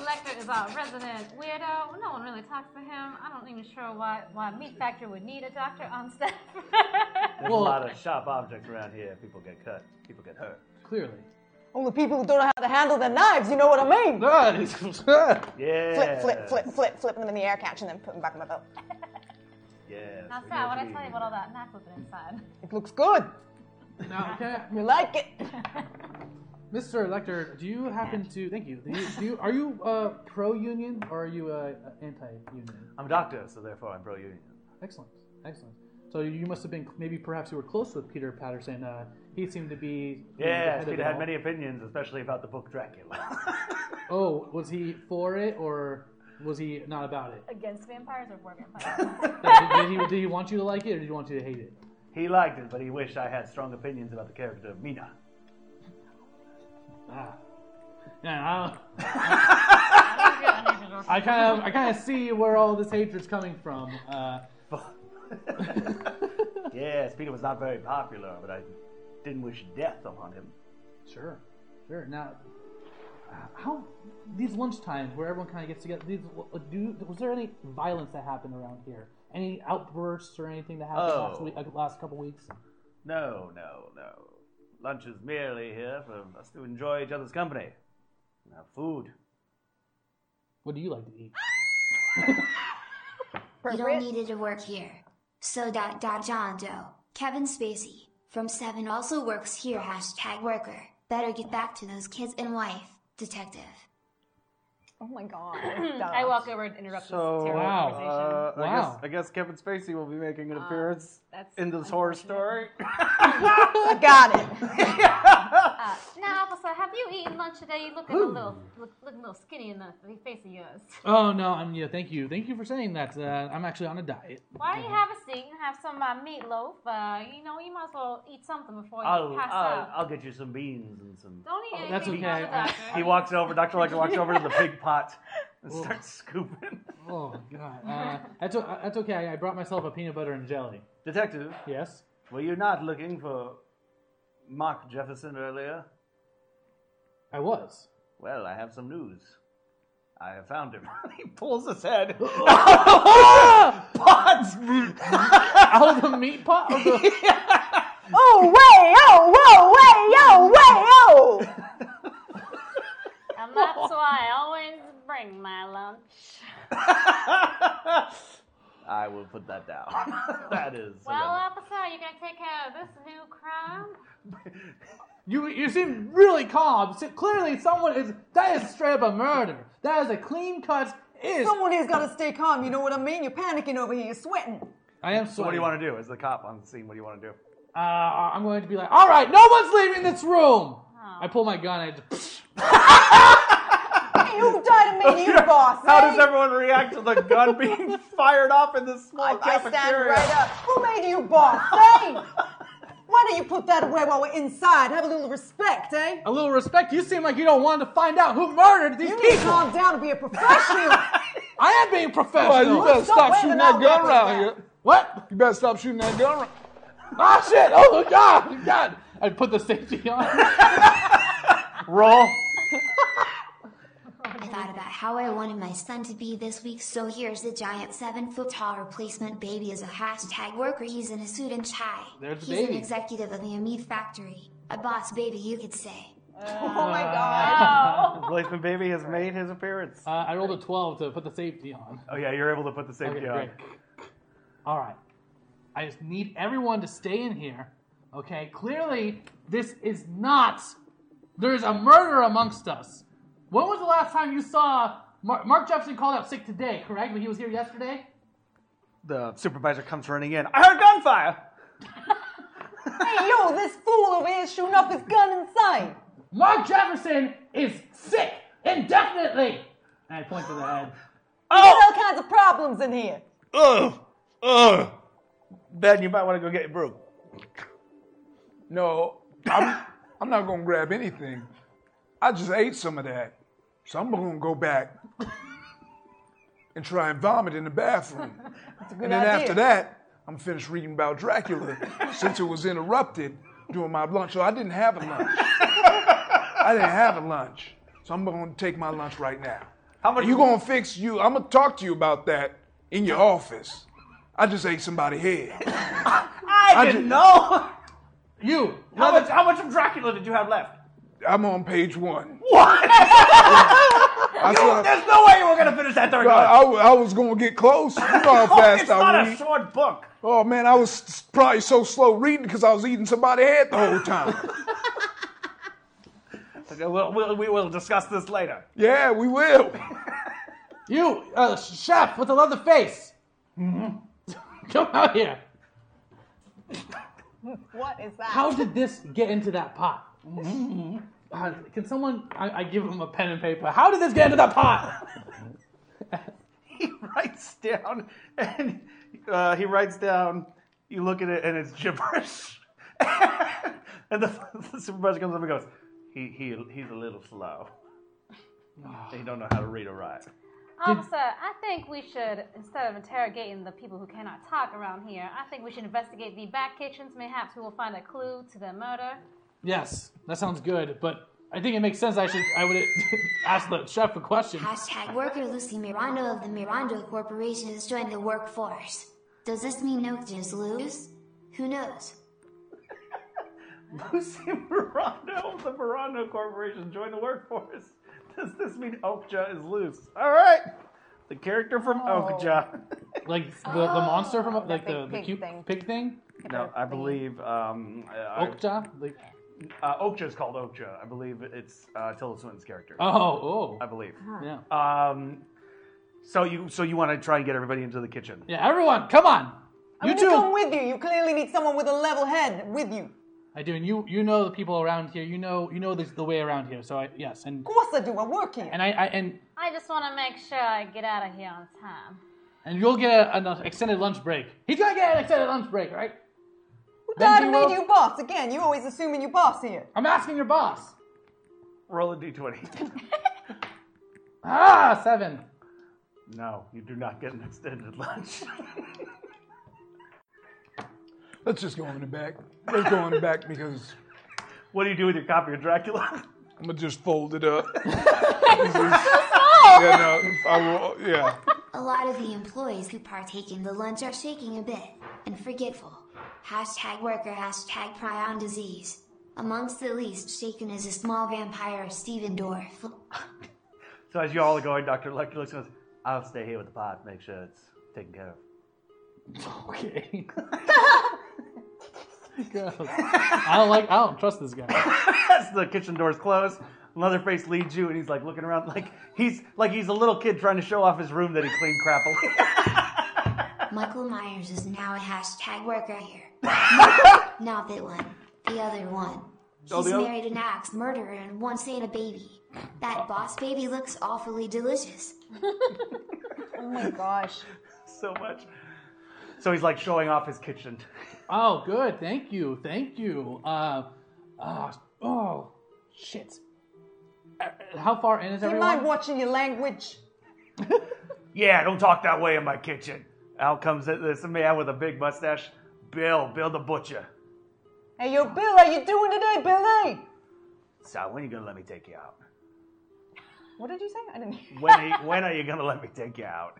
Lecter is our resident weirdo. No one really talks to him. I don't even sure why why Meat Factory would need a doctor on staff. There's Well- a lot of sharp objects around here. People get cut. People get hurt. Clearly. Only people who don't know how to handle their knives, you know what I mean? Yeah. Flip, flip, flip, flip, flip them in the air, catch, and then put them back in my belt. Yeah. now, Sal, what I tell you about all that knife whipping inside? It looks good. Now, okay, You like it? Mr. Lecter, do you happen to? Thank you. Do you, do you are you uh, pro union or are you uh, anti union? I'm a doctor, so therefore I'm pro union. Excellent, excellent. So you must have been maybe perhaps you were close with Peter Patterson. Uh, he seemed to be. you know, the head Yeah, of Peter it had all. many opinions, especially about the book Dracula. Oh, was he for it or Was he not about it? Against vampires or for vampires? did, he, did he want you to like it or did he want you to hate it? He liked it, but he wished I had strong opinions about the character of Mina. Ah. Yeah, I, I kind of, I kind of see where all this hatred's coming from. Uh, yes, Mina was not very popular, but I didn't wish death upon him. Sure, sure. Now, uh, how these lunch times where everyone kind of gets together? These, uh, do, was there any violence that happened around here? Any outbursts or anything that happened last Oh. week, uh, last couple weeks? No, no, no. Lunch is merely here for us to enjoy each other's company. and have food. What do you like to eat? You don't need it to work here. So dot dot John Doe, Kevin Spacey from Seven also works here. Hashtag worker. Better get back to those kids and wife, detective. Oh my god. Hmm. I walk over and interrupt So, this terrible wow. conversation. Uh, Uh, I, guess, I guess Kevin Spacey will be making an appearance that's in this horror story. I got it. Uh, now, officer, have you eaten lunch today? You looking a little, look, looking a little skinny in the the face of yours. Oh no, I'm yeah. Thank you, thank you for saying that. Uh, I'm actually on a diet. Mm-hmm. Why don't you have a seat and have some uh, meatloaf? Uh, you know, you might as well eat something before you I'll, pass I'll, out. I'll get you some beans and some. Don't eat Oh, anything. that's from okay. the doctor. He walks over. Dr. Lecter walks over to the big pot and starts scooping. Oh god, uh, that's o- that's okay. I, I brought myself a peanut butter and jelly. Detective, Yes. were you not looking for Mark Jefferson earlier? I was. Well, I have some news. I have found him. he pulls his head. Pods! Out of the meat pot. Or the... Oh way, oh whoa, way, oh way, oh. And that's why I always bring my lunch. I will put that down. that is. Well, um, officer, you gonna take care of this new crime? You you seem really calm. So clearly, someone is that is straight up a murder. That is a clean cut. Is Someone here's gotta stay calm, you know what I mean? You're panicking over here, you're sweating. I am so what do sweating. you want to do? As the cop on the scene, what do you want to do? uh, I'm going to be like, all right, no one's leaving this room. I pull my gun. and I just, Hey, who died of me? You the boss. How does eh? everyone react to the gun being fired off in this small I stand cafeteria? right up. Who made you boss, eh? Why don't you put that away while we're inside? Have a little respect, eh? a little respect. You seem like you don't want to find out who murdered these You need to people. calm down and be a professional. I am being professional. you better stop Stop shooting waving that that gun weapon around around. here. What? You better stop shooting that gun around. Ah, shit! Oh God! God! I put the safety on. Uh, Roll. I thought about how I wanted my son to be this week, so here's a giant seven foot tall replacement baby as a hashtag worker. He's in a suit and tie. There's the He's baby. an executive of the Amid factory. A boss baby, you could say. oh my god. Replacement baby has made his appearance. Uh, I rolled a twelve to put the safety on. oh yeah, you're able to put the safety Okay, on. great. All right. I just need everyone to stay in here. Okay, clearly this is not. There's a murder amongst us. When was the last time you saw Mar- Mark Jefferson called out sick today? Correct? When he was here yesterday. The supervisor comes running in. I heard gunfire. Hey, yo, this fool over here shooting off his gun inside. Mark Jefferson is sick indefinitely. And I point to the head. Oh. There's all kinds of problems in here. Ugh. Ugh. Ben, you might want to go get your broom. No, I'm, I'm not gonna grab anything. I just ate some of that, so I'm gonna go back and try and vomit in the bathroom. and then idea. after that, I'm finished reading about Dracula since it was interrupted during my lunch. So I didn't have a lunch. I didn't have a lunch, so I'm gonna take my lunch right now. How much You gonna fix you? I'm gonna talk to you about that in your office. I just ate somebody's head. I, I didn't did- know. You. How much? How much of Dracula did you have left? I'm on page one. What? I saw- There's no way you were gonna finish that third I, one. I- I was gonna get close. You know how Oh, fast it's I not a read. short book. Oh man, I was s- probably so slow reading because I was eating somebody's head the whole time. Okay, we'll, we'll, we will discuss this later. yeah, we will. You, uh, chef with the leather face. Mm-hmm. Come out here. What is that? How did this get into that pot? Mm-hmm. Uh, can someone? I, I give him a pen and paper. How did this get into that pot? he writes down and uh, he writes down. You look at it and it's gibberish. and the, the supervisor comes up and goes, "He he he's a little slow. he don't know how to read or write." Officer, Um, I think we should, instead of interrogating the people who cannot talk around here, I think we should investigate the back kitchens. Mayhaps we will find a clue to the murder. Yes, that sounds good, but I think it makes sense I should I would ask the chef a question. Hashtag worker Lucy Miranda of the Miranda Corporation has joined the workforce. Does this mean no just lose? Who knows? Lucy Morano of the Morano Corporation joined the workforce. Does this mean Okja is loose? All right, the character from Okja. Like the, the monster from like Oh, the, the cute pig thing? No, I believe um, I- I- Okja? Like Uh, Okja is called Okja. I believe it's uh, Tilda Swinton's character. Oh, oh. I believe. Yeah. Uh, Um, so you so you want to try and get everybody into the kitchen? Yeah, everyone, come on. I'm You gonna too. come with you. You clearly need someone with a level head with you. I do, and you you know the people around here. You know you know the, the way around here. So I yes, and Of course I do. I work here. and I, I and I just want to make sure I get out of here on time. and you'll get a, an extended lunch break. He's gonna get an extended lunch break, right? Who Then died you and will- made you boss? Again, you always assuming you boss here. Oh I'm asking your boss. Roll a d20. Ah, seven. no, you do not get an extended lunch. Let's just go in the back. Let's go in the back because what do you do with your copy of Dracula? I'm gonna just fold it up. yeah, no, I will, yeah. A lot of the employees who partake in the lunch are shaking a bit and forgetful. Hashtag worker, hashtag pry on disease. Amongst the least shaken is a small vampire, Steven Dorff. So as you all are going, Doctor Lecter looks and goes, "I'll stay here with the pot, make sure it's taken care of." Okay. Gross. I don't like. I don't trust this guy. As the kitchen doors close, Leatherface leads you, and he's like looking around, like he's like he's a little kid trying to show off his room that he cleaned crappily. Michael Myers is now a hashtag worker here. Not that one, the other one. He's Oh, the other- married an axe murderer and once ate a baby. That boss baby looks awfully delicious. Oh my gosh. so much. So he's like showing off his kitchen. Oh, good. Thank you. Thank you. Uh, uh oh, shit. Uh, How far in is Do you everyone? mind watching your language? Yeah, don't talk that way in my kitchen. Out comes this man with a big mustache, Bill, Bill the butcher. Hey, yo, Bill, how you doing today, Billy? So when are you gonna let me take you out? What did you say? I didn't hear. When are you, when are you gonna let me take you out?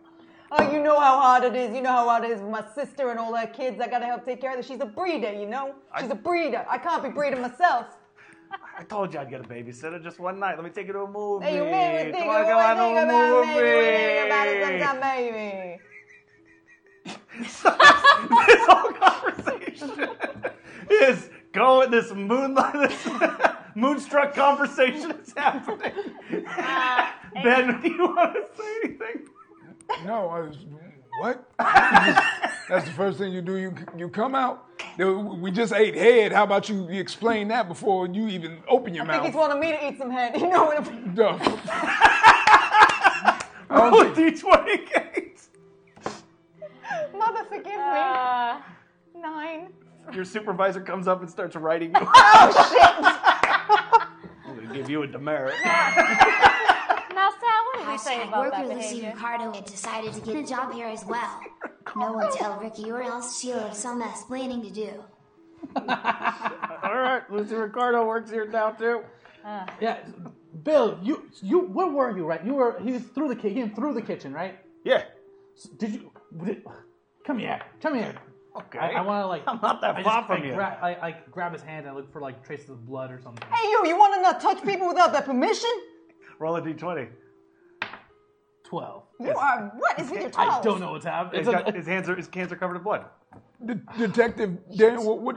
Oh, you know how hard it is. You know how hard it is with my sister and all her kids. I gotta help take care of them. She's a breeder, you know? She's a breeder. I can't be breeding myself. I told you I'd get a babysitter just one night. Let me take you to a movie. Hey, you made me think come on, of come what I on, think a about movie. maybe we think about it sometime, maybe. this whole conversation is going. This moonlight, this moonstruck conversation is happening. Uh, ben, do you want to say anything? No, I was what? That's the first thing you do. You you come out. There- We just ate head. How about you, you explain that before you even open your I think he's mouth? wanting me to eat some head. You know what I'm No. Roll Um, a d20 Oh, games. Mother, forgive me. Uh, Nine. Your supervisor comes up and starts writing you. I'm gonna give you a demerit. now, Sal, what do we say Hashtag about worker that Lucy behavior? Ricardo had decided to get a job here as well. No one tell Ricky or else she'll have some explaining to do. All right, Lucy Ricardo works here now too. Yeah, Bill, you you where were you? Right, you were. He was through the ki- he was through the kitchen, right? Yeah. Did you? Did, come here, come here. Okay. I, I want to like. I'm not that I far just, from I you. Gra- I, I grab his hand and I look for like traces of blood or something. Hey, yo, you wanna not touch people without their permission? Roll a d20. Twelve. You are, what is with your I towels? don't know what's happening. He's It's a- got, his hands are his hands are covered in blood. De- Detective Dan, what, what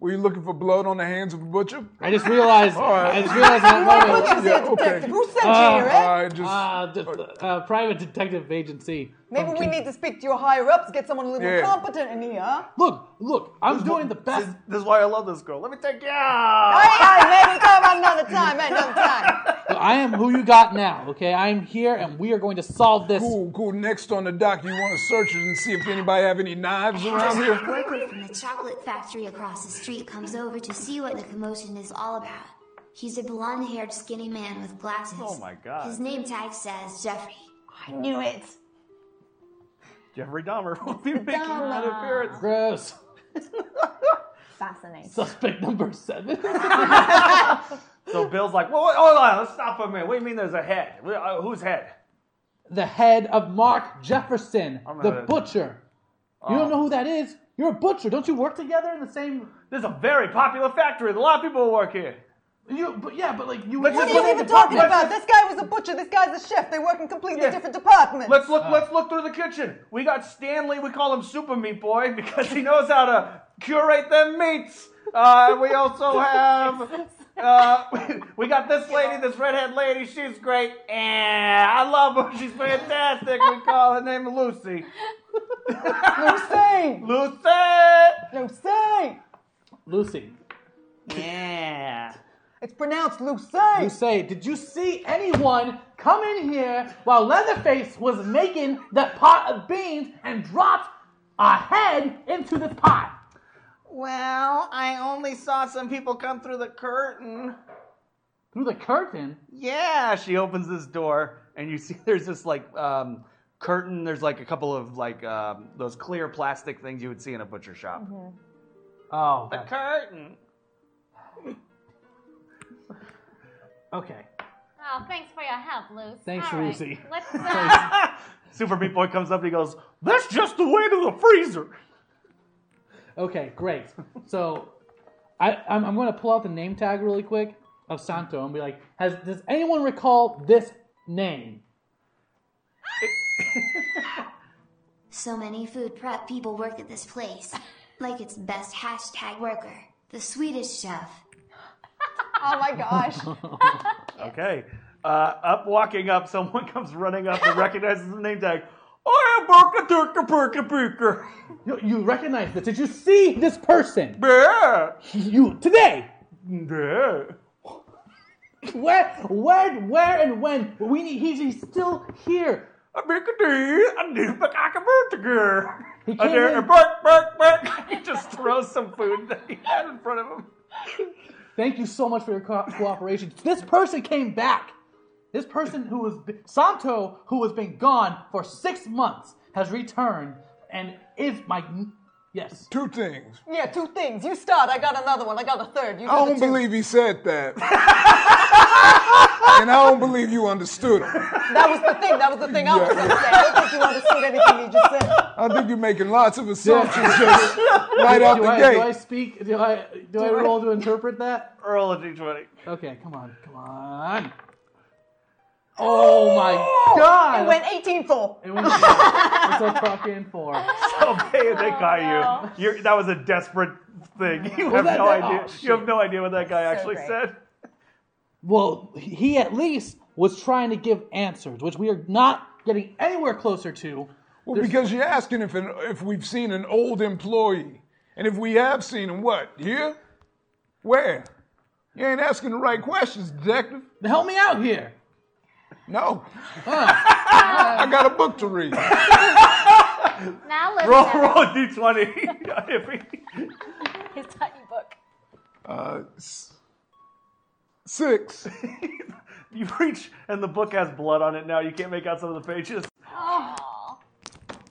were you looking for? Blood on the hands of a butcher? I just realized. I just realized that Why moment. would you Yeah, say okay. detective? Who sent Uh, you here, eh? All right, just Uh, the, uh, private detective agency. Maybe we need to speak to your higher ups, get someone a little more Yeah. competent in here. huh? Look, look, I'm doing the best. This is why I love this girl. Let me take you Hey, out. hey, maybe come eh? another time, another time. But I am who you got now, okay? I am here and we are going to solve this. Cool, cool. Next on the dock, you want to search it and see if anybody have any knives around Just here? a worker from the chocolate factory across the street comes over to see what the commotion is all about. He's a blonde haired, skinny man with glasses. Oh my God. His name tag says Jeffrey. I knew it. Jeffrey Dahmer will be making an Dahmer. appearance. Gross. Fascinating. Suspect number seven. So Bill's like, well, wait, hold on, let's stop for a minute. What do you mean there's a head? Wh- uh, whose head? the head of Mark Jefferson, the gonna- butcher. You don't know who that is? You're a butcher. Don't you work together in the same? This is a very popular factory. A lot of people work here. You, but yeah, but like you. Let's What just are you look- even talking let's about? just- This guy was a butcher. This guy's a chef. They work in completely Yeah. different departments. Let's look. let's look through the kitchen. We got Stanley. We call him Super Meat Boy because he knows how to curate them meats. Uh, we also have. Uh, we got this lady, this redhead lady. She's great. And I love her. She's fantastic. We call her name Lucy. Lucy. Lucy. Lucy. Lucy. Yeah. It's pronounced Lucy. Lucy, did you see anyone come in here while Leatherface was making that pot of beans and dropped a head into the pot? Well, I only saw some people come through the curtain. Through the curtain? Yeah, she opens this door, and you see there's this like um, curtain. There's like a couple of like um, those clear plastic things you would see in a butcher shop. Oh. The curtain. Okay. Oh, thanks for your help, Lucy. Thanks, All right, Lucy. Let's. Uh, Super Meat Boy comes up and he goes, "That's just the way to the freezer." Okay, great. So I, I'm, I'm going to pull out the name tag really quick of Santo and be like, has does anyone recall this name? So many food prep people work at this place. Like its best hashtag worker, the Swedish chef. Oh my gosh. Okay. Uh, up, walking up, someone comes running up and recognizes the name tag. I am Burka Turka Burka Burka. You, you recognize this? Did you see this person? Yeah. You today? Yeah. Where, where, where, and when? We need. He's, he's still here. I make a day, I do Bakaka Burka. He came And there, in- and bark, bark, bark. He just throws some food that he had in front of him. Thank you so much for your co- cooperation. This person came back. This person who was Santo, who has been gone for six months, has returned and is my yes. Two things. Yeah, two things. You start. I got another one. I got a third. You I got a don't two. believe he said that. and I don't believe you understood him. That was the thing. That was the thing I was going to say. I don't think you understood anything you just said. I think you're making lots of assumptions just right out do, the I, do I gate. speak? Do I do I roll to interpret that? Roll a d20. Okay, come on, come on. Oh my God! It went 18 full. It went- it's a fucking four. Oh, they, they got you. You're, that was a desperate thing. You have that- no that- idea. oh, you have no idea what that guy So actually great. said. Well, he at least was trying to give answers, which we are not getting anywhere closer to. Well, because you're asking if, an, if we've seen an old employee. And if we have seen him, what? Here? Where? You ain't asking the right questions, detective. Help me out here. No. I got a book to read. now let's. Roll, have roll a d20. If he- His tiny book. Uh, s- six. you reach, and the book has blood on it now. You can't make out some of the pages.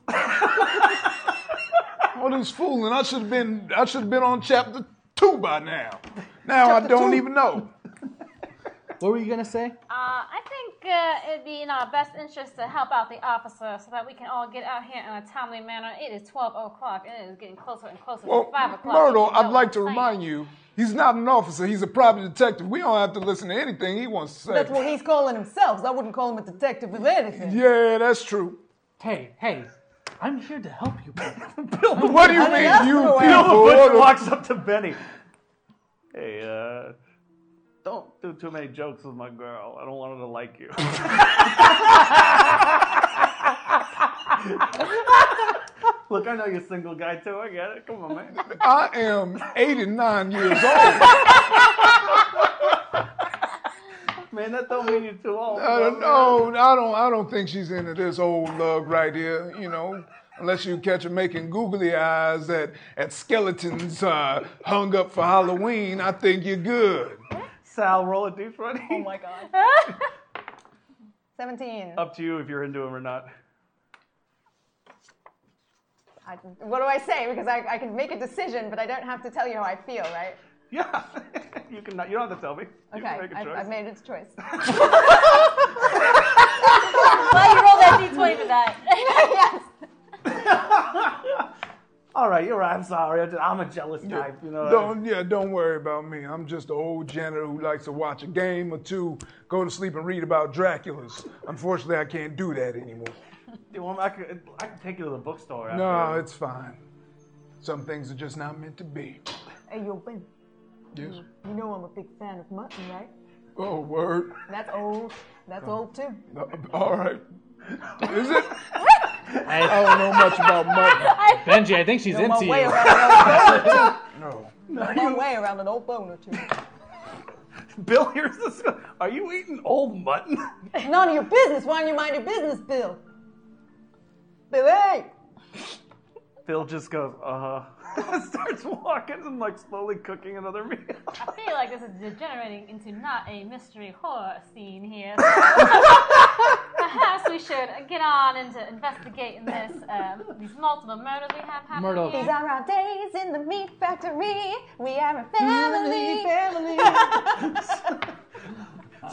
Oh. All this fooling. I should have been. I should have been on chapter two by now. Now I don't even know. What were you gonna say? Uh, I think uh, it'd be in our best interest to help out the officer so that we can all get out here in a timely manner. It is 12 o'clock and it is getting closer and closer Well, to 5 o'clock. Myrtle, You know I'd like to what I'm saying. remind you, he's not an officer. He's a private detective. We don't have to listen to anything he wants to say. That's what he's calling himself. I wouldn't call him a detective of anything. yeah, that's true. Hey, hey, I'm here to help you. people. Bill the, What do you I didn't mean, ask you for it. Bill the people? Butcher walks up to Benny. Hey, uh, don't do too many jokes with my girl. I don't want her to like you. Look, I know you're a single guy too. I get it. Come on, man. I am 89 years old. Man, that don't mean you're too old. I don't know. I don't. I don't think she's into this old love right here. You know, unless you catch her making googly eyes at at skeletons uh, hung up for Halloween, I think you're good. Sal, roll a d20. Oh my god. 17. Up to you if you're into him or not. I, what do I say? Because I, I can make a decision, but I don't have to tell you how I feel, right? Yeah. you can. You don't have to tell me. You Okay, can make a I've, choice. I've made its choice. Glad you rolled that d20 for that. yes. All right, you're right. I'm sorry. I just- I'm a jealous type. You know. Don't yeah, don't worry about me. I'm just an old janitor who likes to watch a game or two, go to sleep and read about Draculas. Unfortunately, I can't do that anymore. You want- I could, I could take you to the bookstore. after. No, it's fine. Some things are just not meant to be. Hey, yo, Ben. Yes. You know I'm a big fan of mutton, right? Oh, word. That's old. That's old too. Uh, All right. Is it? I don't know much about mutton. Benji, I think she's No more into way you. around an old bone or No. two. No more way around an old bone or two. Bill, here's this. Are you eating old mutton? None of your business. Why don't you mind your business, Bill? Billy. Bill just goes, uh huh. Starts walking and like slowly cooking another meal. I feel like this is degenerating into not a mystery horror scene here. Perhaps we should get on into investigating this um, these multiple murders we have happening. Myrtle. here. These are our days in the meat factory. We are a family. Family,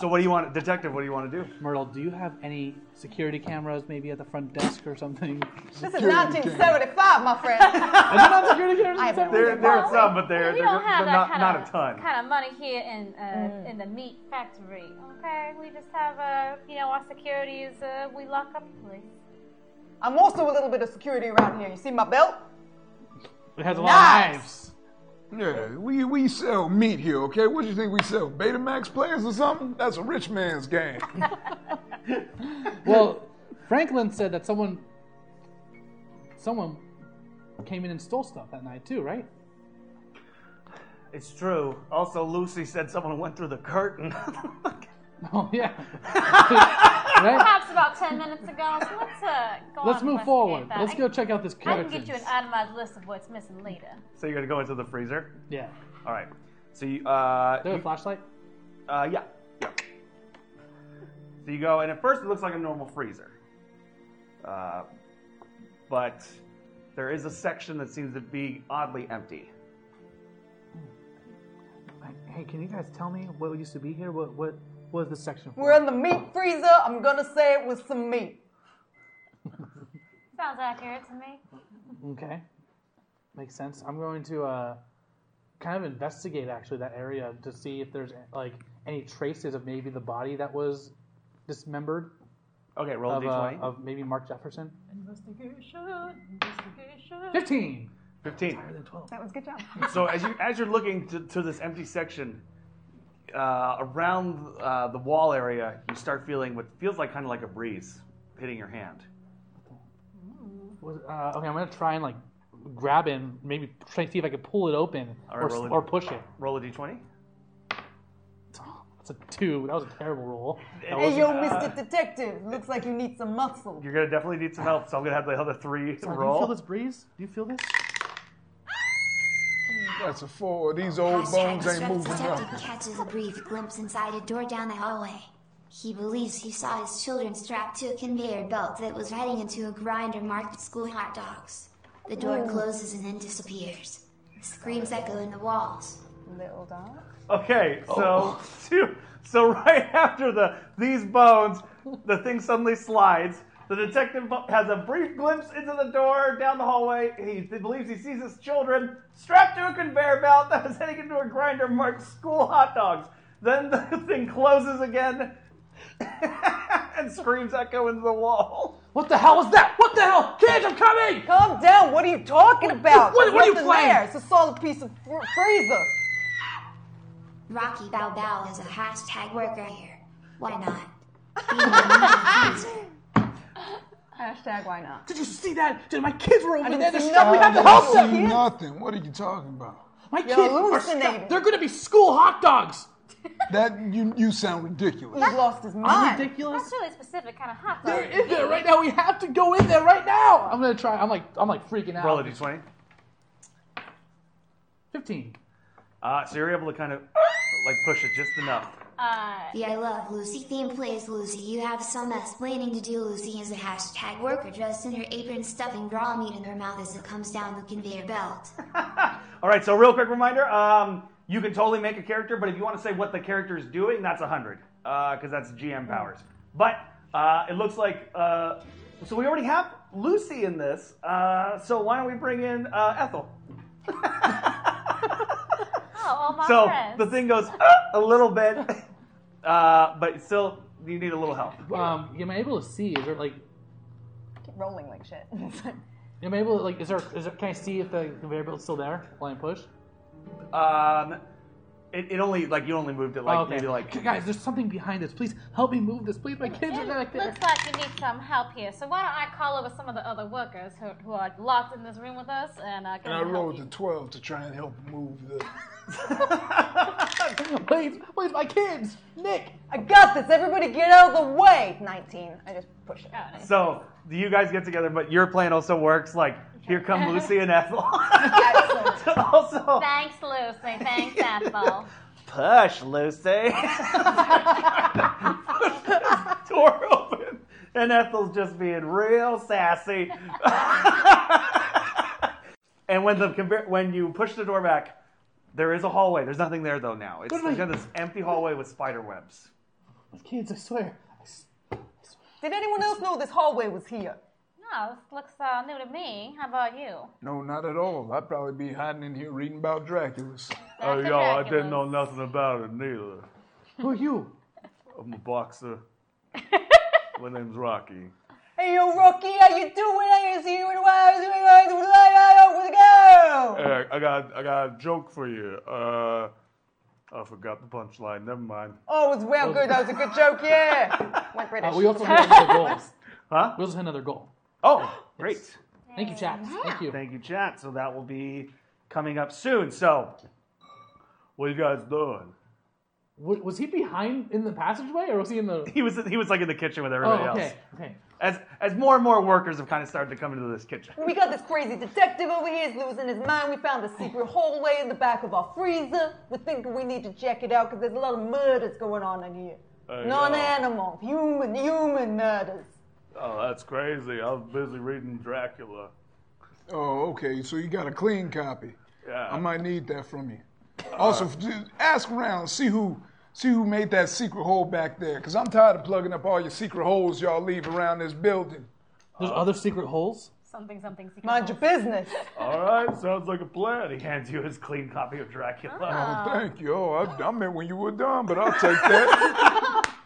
So what do you want, detective? What do you want to do? Myrtle, do you have any security cameras maybe at the front desk or something? This is 1975, my friend. Are there not security cameras? I have no There, idea. there are some, but they're, we they're, don't have they're that not, kind not of a ton. kind of money here in uh, Mm. in the meat factory. Okay, we just have uh, you know our security is uh, we lock up the place. I'm also a little bit of security around here. You see my belt? It has a lot of knives. Yeah, we, we sell meat here, okay? What do you think we sell? Betamax players or something? That's a rich man's game. Well, Franklin said that someone someone came in and stole stuff that night too, right? It's true. Also, Lucy said someone went through the curtain. Oh yeah. right? Perhaps about ten minutes ago. So let's uh, go Let's on move investigate forward. That. Let's I- go check out this I carriage. can get you an uh, itemized list of what's missing later. so you're gonna go into the freezer. Yeah. All right. So you, uh, Do I have a you- flashlight? uh, yeah, yeah. So you go, and at first it looks like a normal freezer, uh, but there is a section that seems to be oddly empty. Hey, can you guys tell me what used to be here? What what was this section for? We're in the meat freezer. I'm gonna say it was some meat. Sounds accurate to me. Okay. Makes sense. I'm going to uh, kind of investigate actually that area to see if there's like any traces of maybe the body that was dismembered Okay, roll of, a uh, d20. of maybe Mark Jefferson. Investigation, investigation. 15. Fifteen. That was a good job. So as you as you're looking to, to this empty section, uh, around uh, the wall area, you start feeling what feels like kind of like a breeze hitting your hand. Was, uh, okay, I'm going to try and like grab it and maybe try and see if I can pull it open All right, or, roll it. or push it. Roll a d20. It's a two. That was a terrible roll. That Hey, was uh, yo, Mr. Detective. Looks like you need some muscle. You're gonna definitely need some help, so I'm gonna have the other three Do you feel roll. this breeze? Do you feel this? That's a four. These old bones ain't Hashtag moving detective nothing. catches a brief glimpse inside a door down the hallway. He believes he saw his children strapped to a conveyor belt that was heading into a grinder marked school hot dogs. The Oh. door closes and then disappears. Screams echo in the walls. Little dog. Okay, so two, so right after the these bones, the thing suddenly slides. The detective bu- has a brief glimpse into the door down the hallway. He, he believes he sees his children strapped to a conveyor belt that was heading into a grinder marked "school hot dogs." Then the thing closes again and screams echo into the wall. What the hell was that? What the hell? Kids, I'm coming! Calm down. What are you talking about? what- what are you Nothing playing? There. It's a solid piece of fr- freezer. Rocky Bao Bao is a hashtag worker here. Why not? Being a meat freezer. Hashtag why not? Did you see that? Dude, my kids were over didn't there. They're see strapped. We that. have to I I help didn't see them. Awesome. nothing. What are you talking about? My You're kids are strapped. hallucinating. They're going to be school hot dogs. That you you sound ridiculous. He's lost his mind. ridiculous? That's really specific kind of hot dog. They're in there right now. We have to go in there right now. I'm gonna try. I'm like I'm like freaking out. Roll a d20. Fifteen. Uh, so you're able to kind of like push it just enough. Uh, The I Love Lucy theme plays Lucy. You have some explaining to do. Lucy is a hashtag worker dressed in her apron, stuffing raw meat in her mouth as it comes down the conveyor belt. All right. So real quick reminder. Um, you can totally make a character, but if you want to say what the character is doing, that's hundred because that's GM powers. But uh, it looks like uh, so we already have Lucy in this. Uh, so why don't we bring in uh, Ethel? Oh, all my so friends. the thing goes uh, a little bit, uh, but still you need a little help. Um, am I able to see? Is there like Keep rolling like shit. am I able to like is there is there can I see if the conveyor belt's still there while I'm pushed? Um, it, it only like you only moved it like Oh, okay. maybe like guys, there's something behind this. Please help me move this. Please, my kids are back there. Looks like you need some help here, so why don't I call over some of the other workers who, who are locked in this room with us and uh, get And I them to help rolled a twelve to try and help move the. please, please, my kids. Nick, I got this. Everybody get out of the way. 19. I just pushed it. so you guys get together, but your plan also works. Like here come Lucy and Ethel. also, Thanks, Lucy. Thanks, Ethel. push Lucy. Door open, and Ethel's just being real sassy. and when the conve- when you push the door back, there is a hallway. There's nothing there though now. It's What am I- got this empty hallway with spider webs. kids, I swear. Did anyone else know this hallway was here? No, this looks uh, new to me. How about you? No, not at all. I'd probably be hiding in here reading about Dracula's. Oh, yo, I didn't know nothing about it neither. Who are you? I'm a boxer. My name's Rocky. Hey, yo, Rocky, how you doing? I gotta see you in a while. Where's it go? I got I got a joke for you. Uh, I forgot the punchline. Never mind. Oh, it was well good. That was a good joke, yeah. Went British. Uh, we also hit another goal. Huh? We also hit another goal. Oh, great. Thank you, chat. Thank you. Thank you, chat. So that will be coming up soon. So, what are you guys doing? W- was he behind in the passageway, or was he in the? He was he was like in the kitchen with Oh, everybody else. okay, okay. As as more and more workers have kind of started to come into this kitchen. We got this crazy detective over here. He's losing his mind. We found a secret hallway in the back of our freezer. We're thinking we need to check it out because there's a lot of murders going on in here. Hey, Non-animal, human, human murders. Oh, that's crazy. I was busy reading Dracula. Oh, okay. So you got a clean copy. Yeah. I might need that from you. also, f- just ask around, see who, see who made that secret hole back there. Cause I'm tired of plugging up all your secret holes y'all leave around this building. There's Uh, other secret holes. Something, something secret. Mind your business. All right, sounds like a plan. He hands you his clean copy of Dracula. Ah. Uh. Oh, thank you. Oh, I, I meant when you were done, but I'll take that.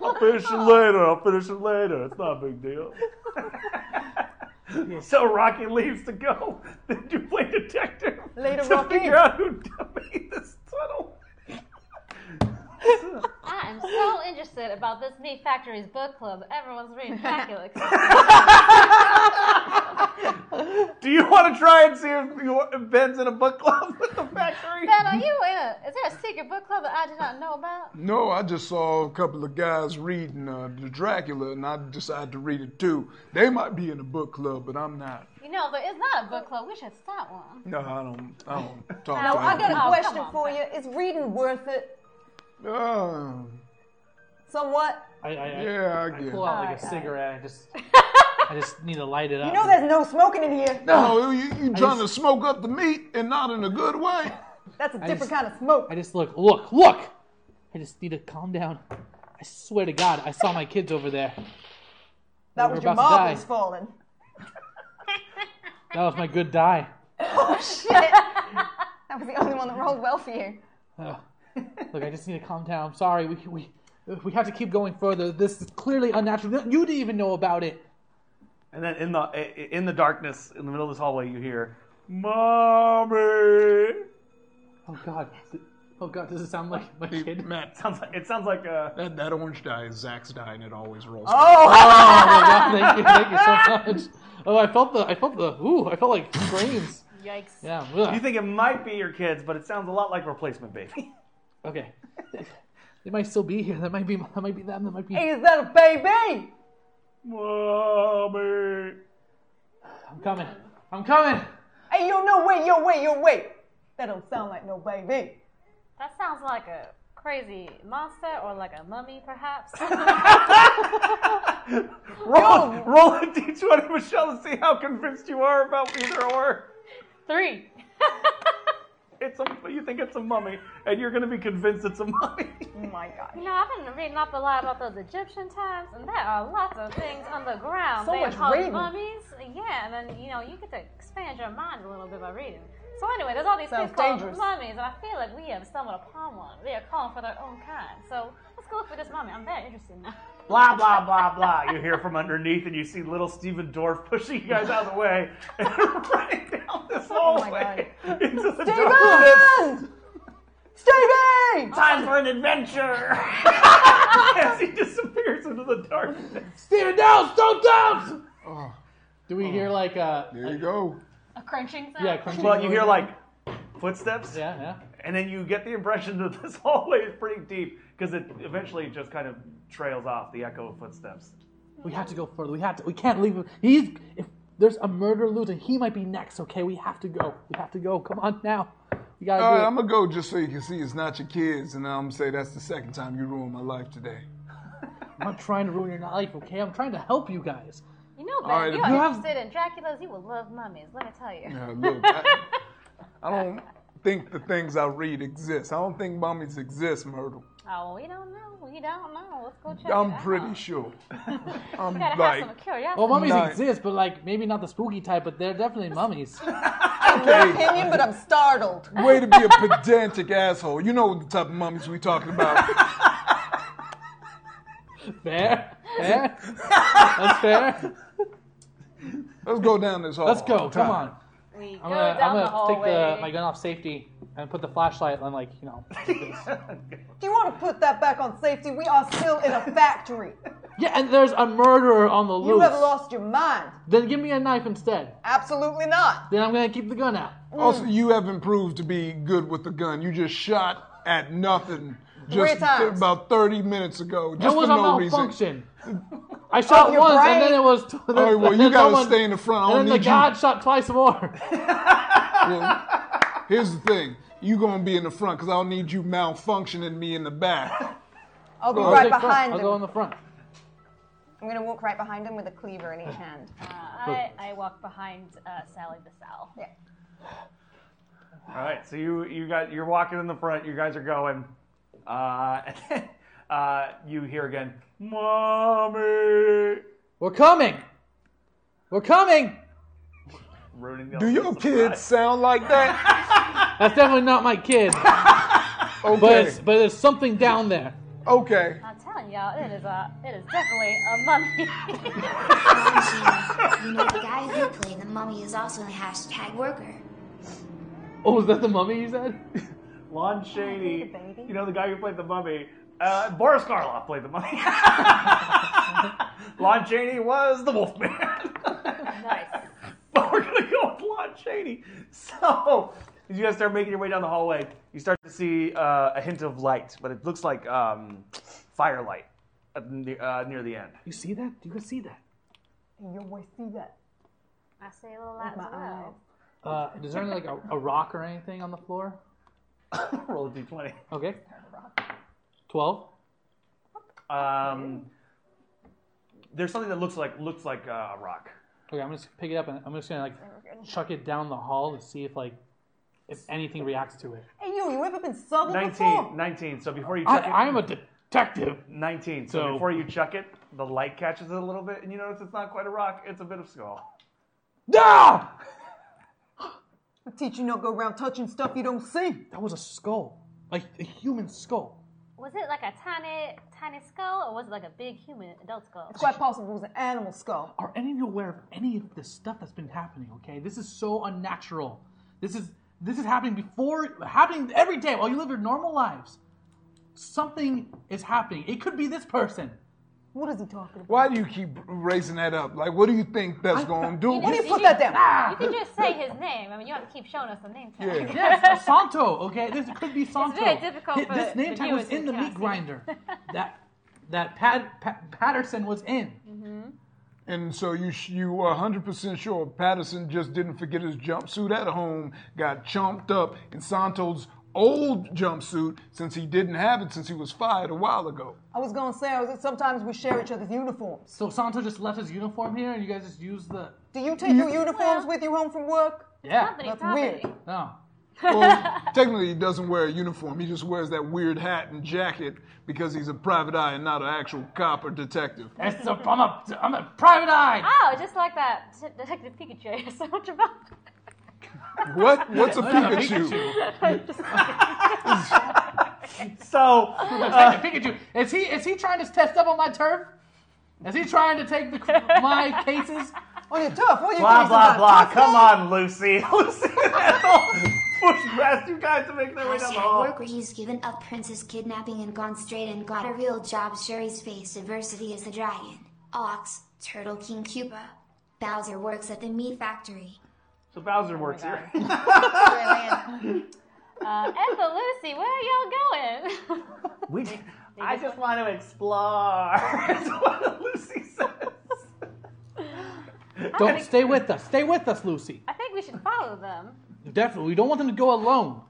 I'll finish it later. I'll finish it later. It's not a big deal. so Rocky leaves to go. Then you play detective Later, to Rocky. figure out who made this tunnel. I am so interested about this Meat Factory's book club. Everyone's reading Dracula. Do you want to try and see if you- if Ben's in a book club with the factory? ben, are you in a? Is there a secret book club that I did not know about? no, I just saw a couple of guys reading uh, the Dracula, and I decided to read it too. They might be in a book club, but I'm not. You know, there is not a book club. We should start one. No, I don't. I don't talk Now to I got anybody. a Oh, question come on, for you. Is reading worth it? Oh, Somewhat. I, I, I, yeah, I I get. pull it. out like a cigarette. I just, I just need to light it up. Oh, You know there's no smoking in here. Oh, No, you, you trying to smoke up the meat and not in a good way. That's a different just- kind of smoke. I just look, look, look. I just need to calm down. I swear to God, I saw my kids over there. That we're was your about to mom die. was falling. That was my good die. Oh shit! that was the only one that rolled well for you. Ugh. Look, I just need to calm down. I'm sorry. We we we have to keep going further. This is clearly unnatural. You didn't even know about it. And then in the in the darkness, in the middle of this hallway, you hear, "Mommy." Oh God. Oh God. Does it sound like my kid? Matt, Sounds like, it sounds like uh, a. that, that orange dye is Zach's dye, and it always rolls. Oh, thank you, thank you so much. Oh, I felt the, I felt the, ooh, I felt like brains. Yikes. Yeah. You ugh. think it might be your kids, but it sounds a lot like replacement baby. Okay. They might still be here. That might be that might be them. That might be. Is that a baby? Mommy. I'm coming. I'm coming. Hey, yo, no, wait, yo, wait, yo, wait. That don't sound like no baby. That sounds like a crazy monster or like a mummy, perhaps. Roll, roll a d20, Michelle, to see how convinced you are about either or. Three. It's a, you think it's a mummy, and you're going to be convinced it's a mummy. Oh my god. You know, I've been reading up a lot about those Egyptian times, and there are lots of things on the ground. So they much call reading. mummies. Yeah, and then, you know, you get to expand your mind a little bit by reading. So anyway, there's all these Sounds things called dangerous. mummies, and I feel like we have stumbled upon one. They are calling for their own kind. So let's go look for this mummy. I'm very interested now. blah, blah, blah, blah. You hear from underneath, and you see little Steven Dorff pushing you guys out of the way and running down this Oh hallway into the darkness. Steven! Stevie! Time for an adventure! As he disappears into the darkness. Steven Downs, don't Downs! Do we hear like uh There you go. A crunching sound? yeah? crunching Well, you noise? hear like footsteps. yeah yeah. And then you get the impression that this hallway is pretty deep because it eventually just kind of trails off the echo of footsteps. We have to go further. We have to. We can't leave him. He's if there's a murder loot and he might be next. Okay, we have to go. We have to go. Come on now. We gotta Uh, All do right, it. I'm gonna go just so you can see it's not your kids, and I'm gonna say that's the second time you ruined my life today. I'm not trying to ruin your life. Okay, I'm trying to help you guys. You know, All right, Ben, you you are have- interested in Dracula's, you will love mummies, let me tell you. Yeah, Uh, look, I, I don't think the things I read exist. I don't think mummies exist, Myrtle. Oh, we don't know. We don't know. Let's go check it I'm out. pretty sure. I'm You gotta like, oh, have some curiosity. Well, mummies Nice. exist, but like maybe not the spooky type, but they're definitely mummies. Your opinion, but I'm startled. way to be a pedantic asshole. You know the type of mummies we talking about. fair, fair. That's fair. Let's go down this hall. Let's go. Come on. we go Uh, I'm gonna, down I'm the gonna hallway. take the, my gun off safety and put the flashlight on, like you know. Do you want to put that back on safety? We are still in a factory. Yeah, and there's a murderer on the loose. You have lost your mind. Then give me a knife instead. Absolutely not. Then I'm gonna keep the gun out. Also, you have improved to be good with the gun. You just shot at nothing just Three times. about 30 minutes ago. Just It was for a no reason. malfunction. I shot your once, and brain. then it was. T- All right, well, you then gotta someone- stay in the front. I don't And then the need you. god shot twice more. Well, here's the thing. You gonna be in the front because I'll need you malfunctioning me in the back. I'll be I'll right Take front. behind Oh, I'll him. go in the front. I'm gonna walk right behind him with a cleaver in each hand. I, I walk behind uh, Sally the Sal. Yeah. All right, so you you got you're walking in the front. You guys are going. Uh, and then, uh, you hear again, mommy. We're coming. We're coming. Ruining the Do your surprise. kids sound like that? That's definitely not my kid, Okay. but it's, but there's something down there. okay. I'm telling y'all, it is a, it is definitely a mummy. Gina, you know the guy who played the mummy is also a hashtag worker. Oh, is that the mummy you said? Lon Shady, Oh, baby. you know the guy who played the mummy. Uh, Boris Karloff played the mummy. Lon Chaney was the Wolfman. nice. but we're gonna go with Lon Chaney. So as you guys start making your way down the hallway, you start to see uh, a hint of light, but it looks like um, firelight at the- uh, near the end. You see that? Do you guys see that? You always see that. I see a little light as my well. Uh, is there any like a, a rock or anything on the floor? Roll a d20. Okay. Twelve. Um, there's something that looks like looks like uh, a rock. Okay, I'm just pick it up and I'm just gonna like chuck it down the hall to see if like if anything reacts to it. Hey, you, you ever been subtle 19, before? 19. So before you I, chuck it, I am a detective. 19. So, So- before you chuck it, the light catches it a little bit, and you notice it's not quite a rock; it's a bit of skull. No! Teach you not go around touching stuff you don't see. That was a skull, like a human skull. Was it like a tiny, tiny skull, or was it like a big human adult skull? It's quite possible it was an animal skull. Are any of you aware of any of this stuff that's been happening? Okay, this is so unnatural. This is this is happening before, happening every day while you live your normal lives. Something is happening. It could be this person. What is he talking about? Why do you keep raising that up? Like, what do you think that's going to do? What do you put that down? Ah! You can just say his name. I mean, you have to keep showing us the name tag. Yeah. Yes, Santo. Okay, this could be Santo. very difficult Th- for This the- name the tag was viewers to in the meat cast. grinder. that that Pat, Pat Patterson was in. And so you sh- you are 100% sure Patterson just didn't forget his jumpsuit at home, got chomped up in Santo's old jumpsuit since he didn't have it since he was fired a while ago. I was gonna say I was, sometimes we share each other's uniforms. So Santo just left his uniform here, and you guys just used the Do you take your uniforms with you home from work? yeah. That's weird. No. Well, technically, he doesn't wear a uniform. He just wears that weird hat and jacket because he's a private eye and not an actual cop or detective. It's a, I'm a I'm a private eye. Oh, just like that Detective Pikachu. It's so much about. What? What's a Yeah, Pikachu? So, Uh, Pikachu. Is he is he trying to test up on my turf? Is he trying to take the, my cases? Oh, you're tough. What are you blah doing? blah Somebody blah. tough Come guy? on, Lucy. Lucy, that's all. Push past you guys to make their way down After the at hall. work where he's given up Prince's kidnapping and gone straight and got a real job Shuri's face diversity as a dragon, ox, turtle king Cuba. Bowser works at the meat factory. So Bowser works here. Uh, Ethel, Lucy, where are y'all going? We, I just want to explore. That's what Lucy says. Don't stay with us. Stay with us, Lucy. I think we should follow them. Definitely. We don't want them to go alone.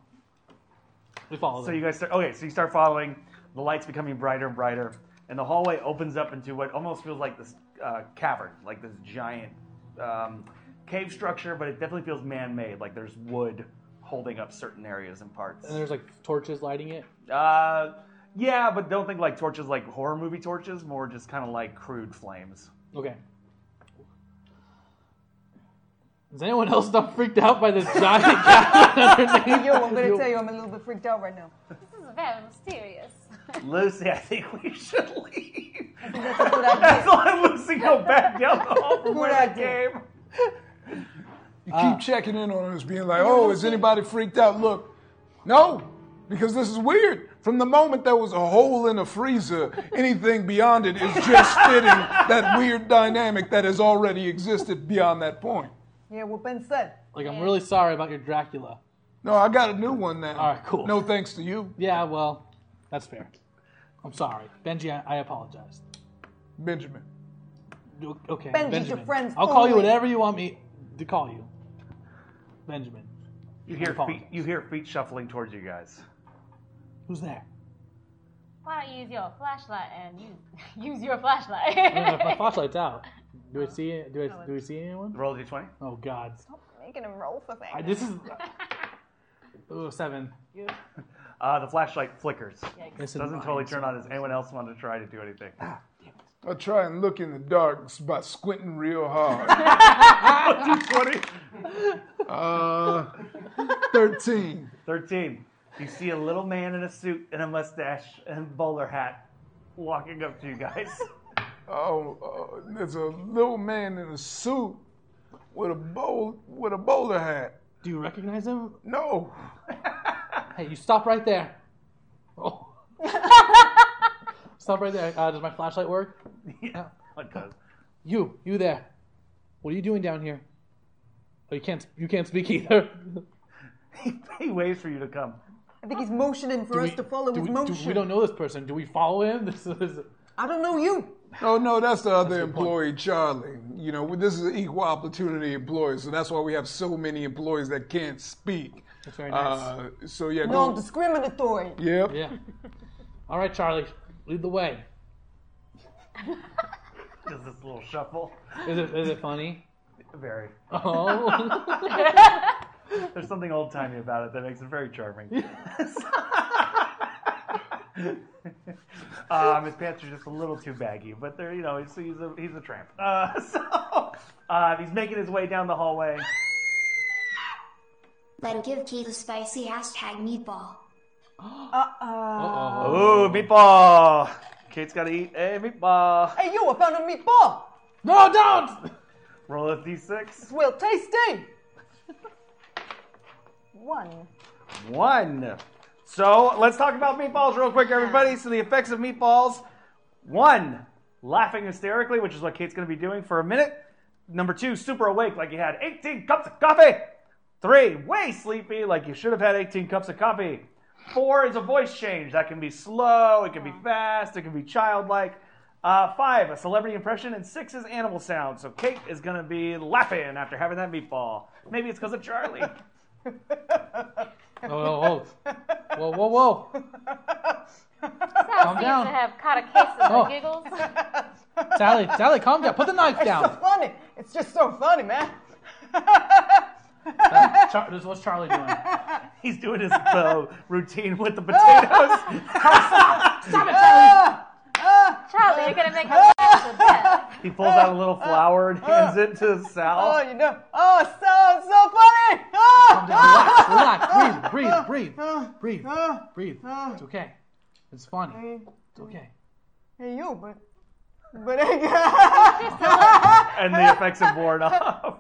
We follow So them. you guys start. Okay, so you start following. The lights becoming brighter and brighter, and the hallway opens up into what almost feels like this uh, cavern, like this giant um, cave structure, but it definitely feels man-made. Like there's wood holding up certain areas and parts. and there's like torches lighting it. Uh, yeah, but don't think like torches like horror movie torches, more just kind of like crude flames. Okay. Is anyone else not freaked out by this giant cat? Yo, I'm gonna tell you, I'm a little bit freaked out right now. This is very mysterious. Lucy, I think we should leave. Good idea. Let's let Lucy go back down the hall from where Good that came. You Ah. keep checking in on us, being like, "Oh, is anybody freaked out?" Look, no, because this is weird. From the moment there was a hole in a freezer, anything beyond it is just fitting that weird dynamic that has already existed beyond that point. Yeah, what Ben said. like, I'm really sorry about your Dracula. No, I got a new one now. All right, cool. No thanks to you, Yeah, well, that's fair. I'm sorry. Benji, I, I apologize. Benjamin. O- Okay. Benji's Benjamin. your friend's I'll call you only- whatever you want me to call you. Benjamin. You hear Apologies. feet, you hear feet shuffling towards you guys. Who's there? Why don't you use your flashlight and you use your flashlight? I don't know, my flashlight's out. Do I see it? Do I Oh, do we see anyone? Roll a d20. Oh God! Making him roll for things. I, this is Ooh, seven. Uh, the flashlight flickers. It's in Doesn't mine. totally turn on. Does anyone else want to try to do anything? I try and look in the dark by squinting real hard. D20. Uh, Thirteen. 13. You see a little man in a suit and a mustache and bowler hat walking up to you guys. Oh, uh, there's a little man in a suit with a bowl with a bowler hat. Do you recognize him? No, Hey, you stop right there. Oh. stop right there. Uh, does my flashlight work? yeah. What does? You, you there. What are you doing down here? Oh, you can't. You can't speak either. He waits for you to come. I think he's motioning for us to follow do his we, do- motion. we don't know this person. Do we follow him? This is. I don't know you. no, no. That's the other good point. employee, Charlie. You know, this is an equal opportunity employee, so that's why we have so many employees that can't speak. That's very nice. Uh, so yeah, No, I'm don't. discriminatory. Yep. Yeah. All right, Charlie, lead the way. Does this little shuffle? Is it is it funny? Very. Oh. There's something old timey about it that makes it very charming. um, his pants are just a little too baggy, but they're you know he's he's a he's a tramp. Uh, so uh, he's making his way down the hallway. Let him give Keith a spicy hashtag meatball. Uh-uh. Uh-oh. Ooh, meatball! Kate's gotta eat a meatball. Hey, yo, I found a meatball. No, don't. Roll a d6. It's real tasty. One. One. So let's talk about meatballs real quick, everybody. So the effects of meatballs. One, laughing hysterically, which is what Kate's going to be doing for a minute. Number two, super awake, like you had 18 cups of coffee. Three, way sleepy, like you should have had 18 cups of coffee. Four is a voice change. That can be slow, it can be fast, it can be childlike. Uh, five, a celebrity impression. And six is animal sound. So Kate is going to be laughing after having that meatball. Maybe it's because of Charlie. Oh, oh, oh. whoa, whoa, whoa! Sal Calm seems down. to have caught a case of the Oh. giggles. Sally, Sally, calm down. Put the knife It's so down. funny. It's just so funny, man. Char- this- what's Charlie doing? He's doing his uh, routine with the potatoes. Stop it, Charlie! Charlie, you're gonna make us laugh to death. He pulls out a little flower and hands it to Oh, Sal. you know. Oh, it's so it's so funny. Oh, Relax, relax. Breathe, breathe, breathe, breathe, breathe. It's okay. It's funny. It's okay. hey you, but but hey, And the effects have worn off.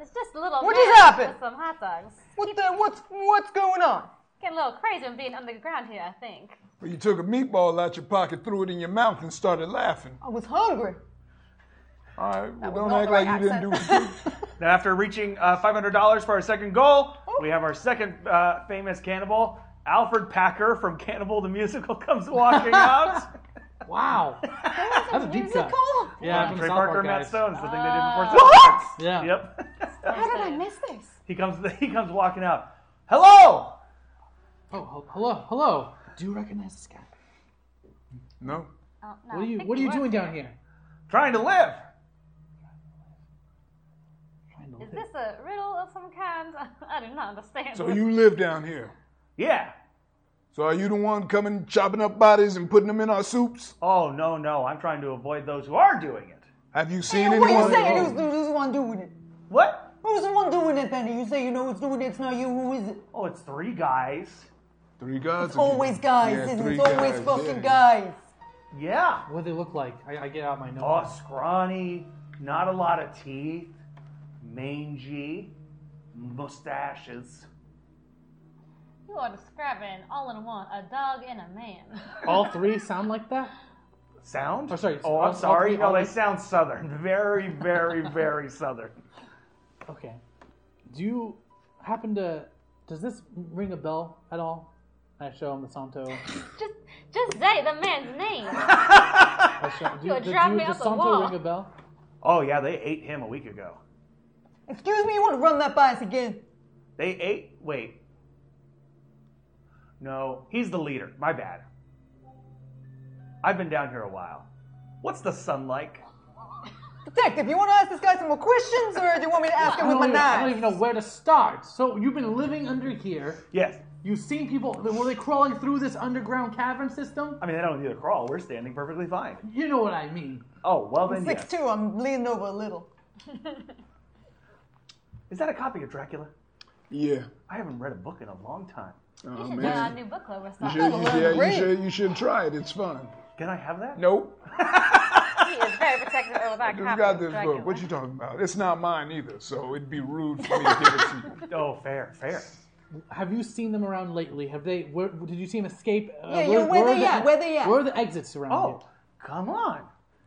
It's just a little. What just man happened? With some hot dogs. what the what's what's going on? Getting a little crazy with being underground here, I think. Well, you took a meatball out your pocket, threw it in your mouth, and started laughing. I was hungry. All right, well, was don't not act the right like you didn't do accent. now, after reaching uh, $500 for our second goal, we have our second uh, famous cannibal. Alfred Packer from Cannibal the Musical comes walking out. Wow. That's a deep cut. Yeah, from the Trey South Parker, Park Matt guys. Stone is the thing they did before. South Park. What? Yeah. Yep. How did I miss this? He comes. He comes walking out. Hello. Oh, hel- hello, hello. Do you recognize this guy? No. Oh, no, What are I you think What are he you was doing down here? Trying to live. Trying to Is live. this a riddle of some kind? I do not understand. So you live down here. Yeah. So are you the one coming chopping up bodies and putting them in our soups? Oh no no! I'm trying to avoid those who are doing it. Have you Hey, seen what anyone? you saying? Who's, who's the one doing it? What? Who's the one doing it then? You say you know it's doing it, it's not you, who is it? Oh, it's three guys. Three guys. It's always guys, Yeah, isn't it? three It's always guys, fucking yeah. guys. Yeah. What do they look like? I, I get out my notes. Oh, scrawny, not a lot of teeth, mangy, mustaches. You are describing all in one a dog and a man. All three sound like that? Sound? Oh, sorry. Oh, I'll- I'll I'm sorry. be No, they honest. sound southern. Very, very, very southern. Okay. Do you happen to? Does this ring a bell at all? I show him the Santo. just, just say the man's name. I show, do, You're do- do- driving me does off the Santo wall. ring a bell? Oh yeah, they ate him a week ago. Excuse me, you want to run that by us again? They ate. Wait. No, he's the leader. My bad. I've been down here a while. What's the sun like? Detective, you want to ask this guy some more questions, or do you want me to ask him I with don't, my even, I don't even knife? know where to start. So you've been living under here. Yes. You've seen people. Were they crawling through this underground cavern system? I mean, they don't need to crawl. We're standing perfectly fine. You know what I mean. Oh well, then Six yes. two, I'm leaning over a little. Is that a copy of Dracula? Yeah. I haven't read a book in a long time. Oh, You should join our man. new book club or You something. should, you, should- yeah, Great. you should, you should try it. It's fun. Can I have that? Nope. He is very protective over that Who copy got of this Dracula. book? What you talking about? It's not mine either, so it'd be rude for me to give it to you. Oh, fair, fair. Have you seen them around lately? Have they? Where, did you see them escape? Uh, Yeah, yeah, where they the- at? Where they at? Where are the exits around? Oh, here? come on.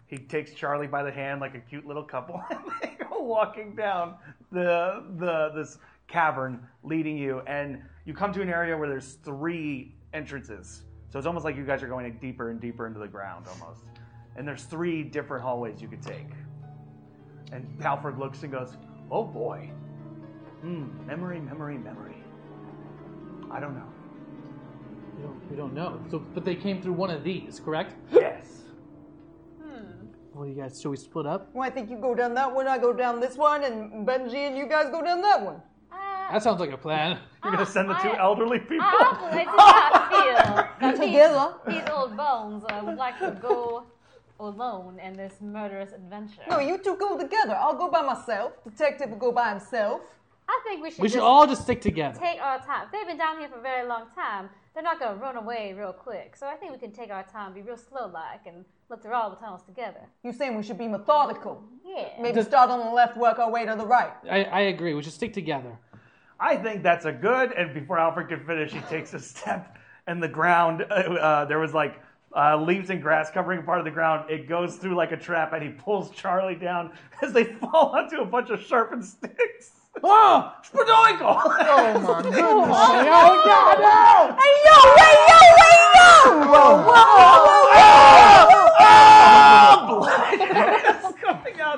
He takes Charlie by the hand like a cute little couple, and they go walking down the the this cavern leading you, and you come to an area where there's three entrances. So it's almost like you guys are going deeper and deeper into the ground, almost. And there's three different hallways you could take. And Halford looks and goes, "Oh boy, Hmm, memory, memory, memory. I don't know. We don't, we don't know. So, but they came through one of these, correct? Yes." What do you guys? Should we split up? Well, I think you go down that one, I go down this one, and Benji and you guys go down that one. Uh, That sounds like a plan. You're gonna send the two I- elderly people. I do not feel Together. that these, these old bones uh, would like to go alone in this murderous adventure. No, you two go together. I'll go by myself. Detective will go by himself. I think we should. We should just all just stick together. take our time. They've been down here for a very long time. They're not gonna run away real quick. So I think we can take our time, be real slow like, and look through all the tunnels together. You saying we should be methodical? Yeah. Maybe start on the left, work our way to the right. I, I agree. We should stick together. I think that's a good. And before Alfred can finish, he takes a step, and the ground. Uh, uh, there was like uh, leaves and grass covering part of the ground. It goes through like a trap, and he pulls Charlie down as they fall onto a bunch of sharpened sticks. Oh, Spadoinkle! Oh my goodness! Oh, God. Hey yo, hey yo, hey yo! Whoa, whoa, whoa,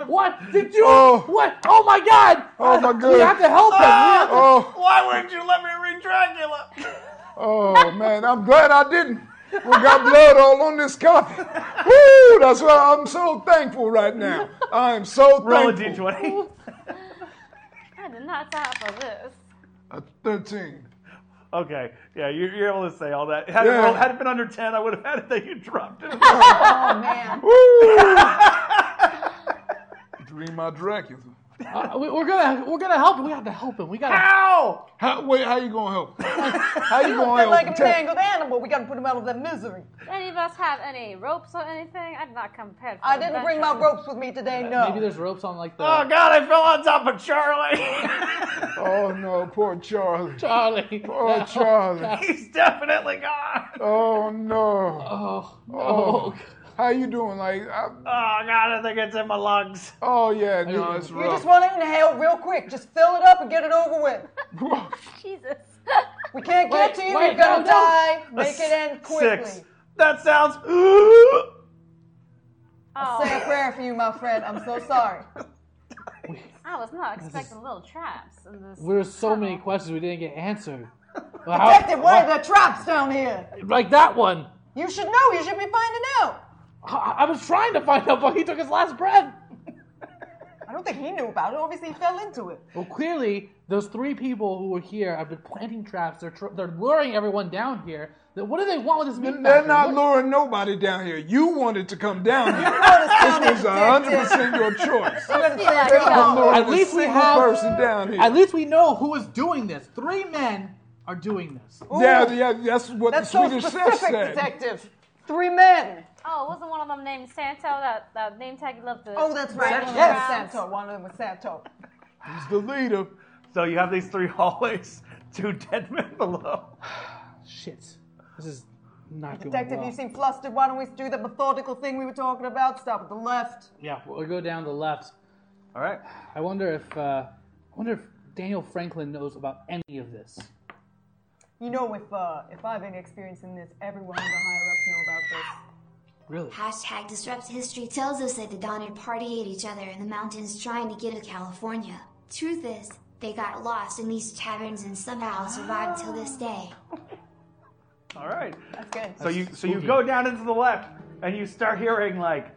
What did you? What? Oh my God! Oh my God! We have to help him. Oh, Why wouldn't you let me read Dracula? Oh man, I'm glad I didn't. We got blood all on this coffee. Woo! That's why I'm so thankful right now. I am so Roll a thankful. d20. I did not sign up for this. A Thirteen. Okay, yeah, you're, you're able to say all that. Had, Yeah. it, rolled- had it been under ten, I would have had it that you dropped it. oh man. Dream my Dracula. Uh, we, we're gonna we're gonna help him. We have to help him. We gotta. How? How, wait, how you gonna help? How He you looks gonna help? like a him? Tell- mangled animal. We gotta put him out of that misery. Any of us have any ropes or anything? I'm not compared. For I didn't bring my ropes with me today. No. Maybe there's ropes on like the. Oh, God, I fell on top of Charlie. oh no, poor Charlie. Charlie. Poor No. Charlie. He's definitely gone. Oh no. Oh no. How you doing? Like, I, Oh God, I think it's in my lungs. oh yeah, no, it's You rough. just want to inhale real quick. Just fill it up and get it over with. Oh. Jesus. We can't Wait, get to you. wait, You're gonna no, no. die. A Make it end quickly. Six. That sounds. I'll say a Oh, prayer for you, my friend. I'm so sorry. I was not expecting little traps in this. There's so many questions we didn't get answered. Well, how- Detective, what are the traps down here? Like that one. You should know. You should be finding out. I, I was trying to find out, but he took his last breath. I don't think he knew about it. Obviously, he fell into it. Well, clearly, those three people who were here have been planting traps. They're, tr- they're luring everyone down here. Then What do they want with this meat They're factory? not What- luring nobody down here. You wanted to come down here. this was hundred percent your choice. They're not luring At a least we single have. person down here. At least we know who is doing this. Three men are doing this. yeah, yeah, that's what That's the so Swedish chef specific, said. detective. Three men. Oh, wasn't one of them named Santo? That, that name tag he loved to. Oh, that's right. Santo. Yes, Santo. One of them was Santo. He's the leader. So you have these three hallways, two dead men below. Shit, this is not going Detective, well. you seem flustered. Why don't we do the methodical thing we were talking about? Stop at the left. Yeah, we'll go down the left. All right. I wonder if uh, I wonder if Daniel Franklin knows about any of this. You know, if uh, if I've any experience in this, everyone in the higher ups know about this. Really? Hashtag disrupt history tells us that the Donner party ate each other in the mountains trying to get to California. Truth is, they got lost in these taverns and somehow survived till this day. All right. That's good. So you so you go down into the left, and you start hearing like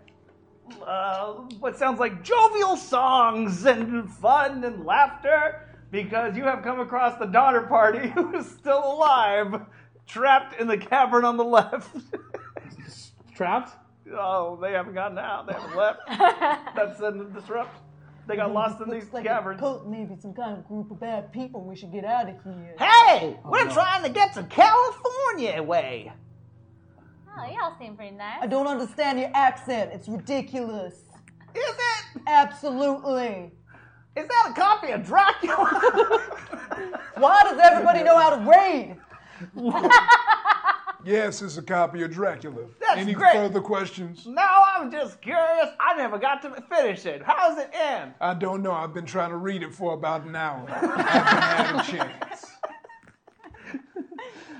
uh, what sounds like jovial songs and fun and laughter because you have come across the daughter party who is still alive, trapped in the cavern on the left. Trapped? Oh, they haven't gotten out. They haven't left. That's the disrupt. They got lost in these like caverns. A cult, maybe some kind of group of bad people. We should get out of here. Hey, we're trying to get to California way. Oh, y'all seem pretty nice. I don't understand your accent. It's ridiculous. Is it? Absolutely. Is that a copy of Dracula? Why does everybody know how to raid? Yes, it's a copy of Dracula. That's Any great. further questions? now I'm just curious. I never got to finish it. How's it end? I don't know. I've been trying to read it for about an hour. I haven't had a chance.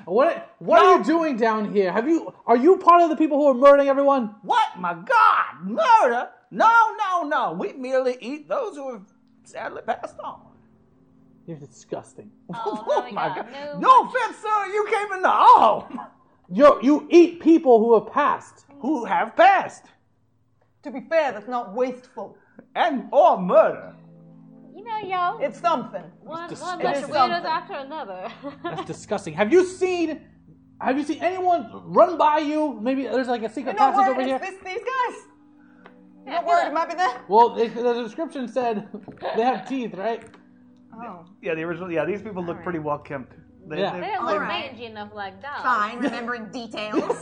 What What are you doing down here? Have you Are you part of the people who are murdering everyone? What? My God, murder? No, no, no. We merely eat those who have sadly passed on. You're disgusting. Oh, my God. No. offense, sir. You came into our home. You You eat people who have passed. Who have passed? To be fair, that's not wasteful. And or murder. You know, yo. It's something. One, one disgusting. bunch It of is weirdos something. after another. That's disgusting. Have you seen? Have you seen anyone run by you? Maybe there's like a secret You know passage what? over here. It's this, these guys. You're not worried. It might be them. Well, they, the description said they have teeth, right? Oh. Yeah, the original. Yeah, these people look pretty well kempt. They, Yeah. They they- didn't look Alright. mangy enough like dogs. Fine, remembering details.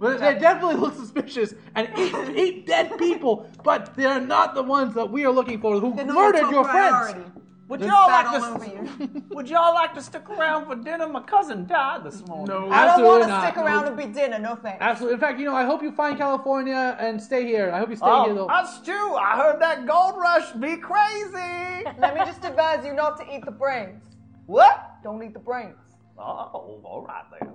But they definitely look suspicious and eat, eat dead people, but they're not the ones that we are looking for who They're not murdered top your priority. friends. Would Just y'all like fat all to? would y'all like to stick around for dinner? My cousin died this morning. No. I don't Absolutely want to not. stick around No. and be dinner. No thanks. Absolutely. In fact, you know, I hope you find California and stay here. I hope you stay here Oh, though. us too. I heard that gold rush be crazy. Let me just advise you not to eat the brains. What? Don't eat the brains. Oh, all right then.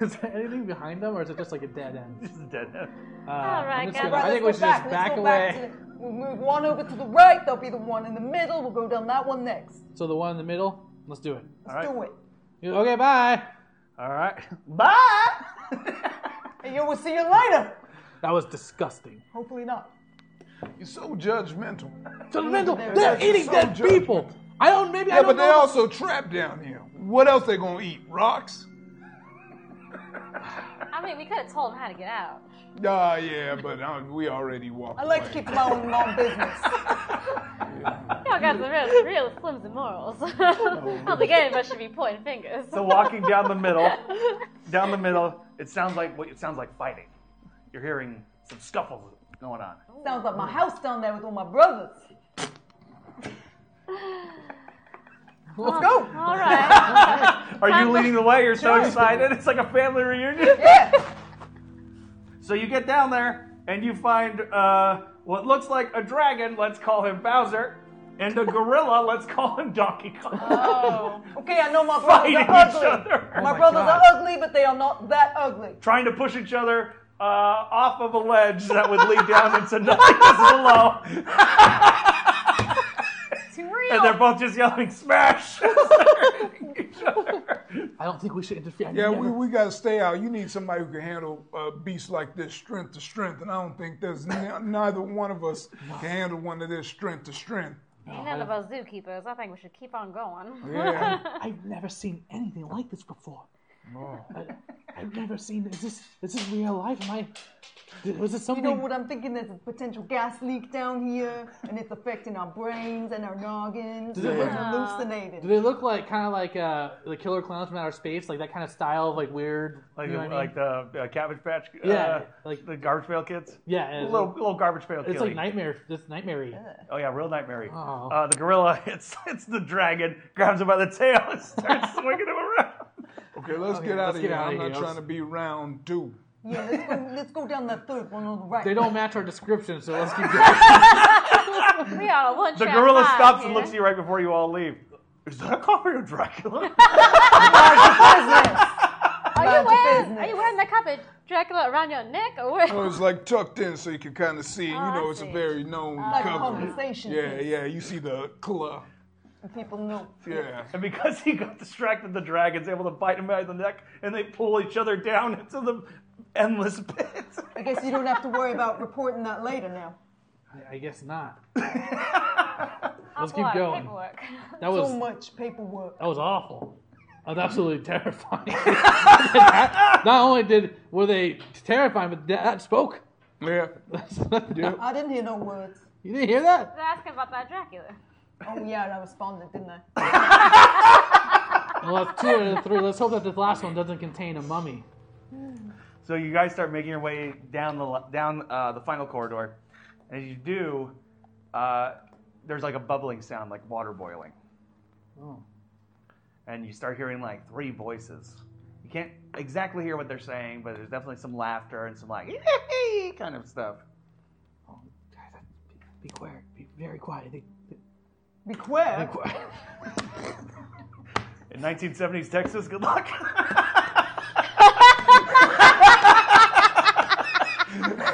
Is there anything behind them, or is it just like a dead end? Just a dead end. Uh, all right, right, guys. Right, I think we let's should go back. just Let's back go away. back to the- we'll move one over to the right. There'll be the one in the middle. We'll go down that one next. So the one in the middle. Let's do it. Let's do it. You- Okay. Bye. All right. Bye. and you will see you later. That was disgusting. Hopefully not. You're so judgmental. Judgmental. They're They're just eating so dead people. I don't. Maybe yeah, I don't but know. they also trapped down here. What else they gonna eat? Rocks? I mean, we could have told him how to get out. Ah, yeah, but uh, we already walked. I like away. to keep my own mom business. Y'all guys are real, real flimsy morals. I don't think any of us should be pointing fingers. So walking down the middle, down the middle, it sounds like what it sounds like fighting. You're hearing some scuffles going on. Sounds like my house down there with all my brothers. Let's go. All right. Are you leading the way? You're so Sure. excited. It's like a family reunion. Yeah. So you get down there and you find uh, what looks like a dragon. Let's call him Bowser. And a gorilla, let's call him Donkey Kong. Oh. Okay, I know my brothers Fighting are each ugly. other. my, brothers are ugly, but they are not that ugly. Trying to push each other uh, off of a ledge that would lead down into nothingness below. It's real. And they're both just yelling, smash! I don't think we should interfere. Yeah, we, we gotta stay out. You need somebody who can handle uh, beasts like this, strength to strength, and I don't think there's n- neither one of us can handle one of this strength to strength. Ain't none of us zookeepers. I think we should keep on going. Yeah. I've never seen anything like this before. I, I've never seen. Is this is this real life? Am I? Did, was it something? You know what I'm thinking? There's a potential gas leak down here, and it's affecting our brains and our noggins. Does it and look- We're hallucinating. do they look like kind of like uh, the killer clowns from outer space, like that kind of style of like weird, Like, you know the, what I mean? like the uh, Cabbage Patch, uh, Yeah, like the garbage pail kids. Yeah, it's little like- little garbage pail. it's like killing. nightmare. It's nightmare. Oh yeah, real nightmare. Oh. Uh, the gorilla hits hits the dragon, grabs him by the tail, and starts swinging him around. Okay, let's Okay, get out Oh, let's of get here. outta I'm here. not trying to be round two. Yeah, let's go, let's go down that third one on the right. They don't match our description, so let's keep going. we are a one The track gorilla mind stops and here. looks at you right before you all leave. Is that a copy of Dracula? Are you wearing? Are you wearing the cup of Dracula around your neck or what? Oh, it's like tucked in so you can kind of see. you know, it's a very known Oh, Like a cover. conversation Yeah, piece. yeah. You see the club. And people know. Yeah. And because he got distracted, the dragon's able to bite him by the neck, and they pull each other down into the endless pit. I guess you don't have to worry about reporting that later now. I guess not. Let's keep Awful lot of going. That was- so much paperwork. That was awful. That was absolutely terrifying. That- not only did were they terrifying, but that, that spoke. Yeah. I didn't hear no words. You didn't hear that? They're asking about that Dracula. Oh yeah, and I responded, didn't I? Well, that's two out of the three. Let's hope that this last one doesn't contain a mummy. So you guys start making your way down the down uh, the final corridor, and as you do, uh, there's like a bubbling sound, like water boiling, Oh. and you start hearing like three voices. You can't exactly hear what they're saying, but there's definitely some laughter and some like kind of stuff. Oh, Be quiet. Be very quiet. They- they- Be quiet. In 1970s Texas, good luck.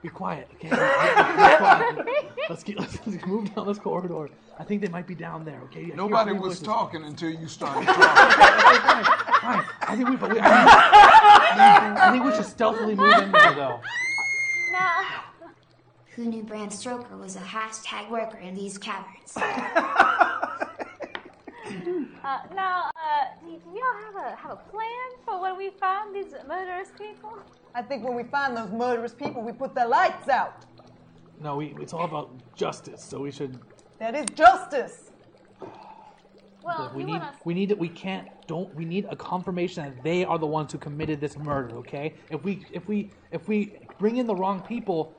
Be quiet. Okay. Be quiet. Let's get let's, let's move down this corridor. I think they might be down there. Okay. I hear Nobody three was voices. talking until you started talking. Fine. I think we. I think, I think we should stealthily move in there though. Who knew Bram Stoker was a hashtag worker in these caverns? Uh, now, uh, do do y'all have a have a plan for when we find these murderous people? I think when we find those murderous people, we put their lights out. No, we, it's all about justice. So we should. That is justice. Well, Oh, we you need wanna- we need it. We can't. Don't. We need a confirmation that they are the ones who committed this murder. Okay. If we if we if we bring in the wrong people,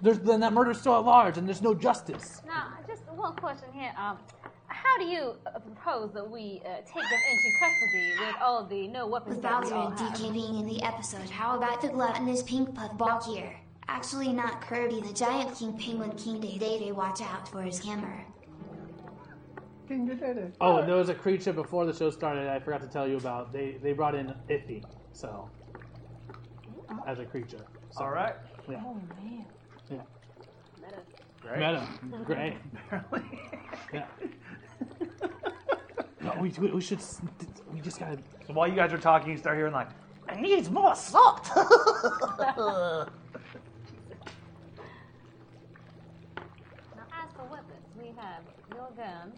there's then that murder's still at large and there's no justice. Now, just one question here. Um, how do you uh, propose that we uh, take them into custody with all the no weapons With that we Bowser all and have? DK being in the episode, how about the gluttonous pink puff Balkier? Actually, not Kirby, the giant king penguin King Day Day Day, watch out for his hammer. Oh, and there was a creature before the show started. I forgot to tell you about. They they brought in Iffy. So as a creature. So, All right. Yeah. Oh man. Yeah. Great. Meta. Great. yeah. No, we, we, we should. s- We just gotta. So while you guys are talking, you start hearing like, I need more salt. Now, as for weapons, we have your gun.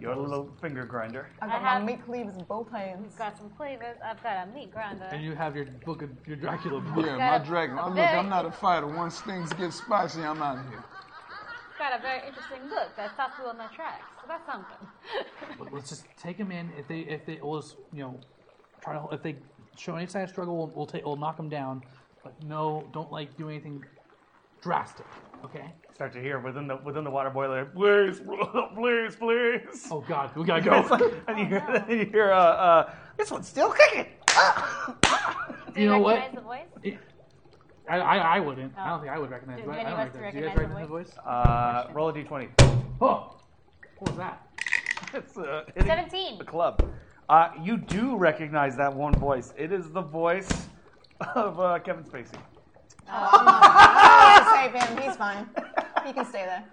your little finger grinder. I got have- my meat cleavers in both hands. You've got some cleavers. I've got a meat grinder. And you have your book of your Dracula book. Yeah, Got my a- dragon. a Oh, look, very- I'm not a fighter. Once things get spicy, I'm out of here. got a very interesting book that stops you on their tracks. So that's something. But let's just take them in. If they if they will just you know try to if they show any sign of struggle, we'll, we'll take we'll knock them down. But no, don't like do anything drastic. Okay. Start to hear within the within the water boiler, please, please, please. Oh God, we gotta go. It's like- and you hear, and you hear uh, uh, this one's still kicking. Do you know what? recognize the voice? I, I, I wouldn't. I don't think I would recognize. Does it. I any don't of us recognize. it. Do you guys recognize the recognize the voice? Uh, roll a d20. Oh, what was that? It's uh, hitting 17. The club. Uh, you do recognize that one voice. It is the voice of uh, Kevin Spacey. Oh, save him. He's fine. He can stay there.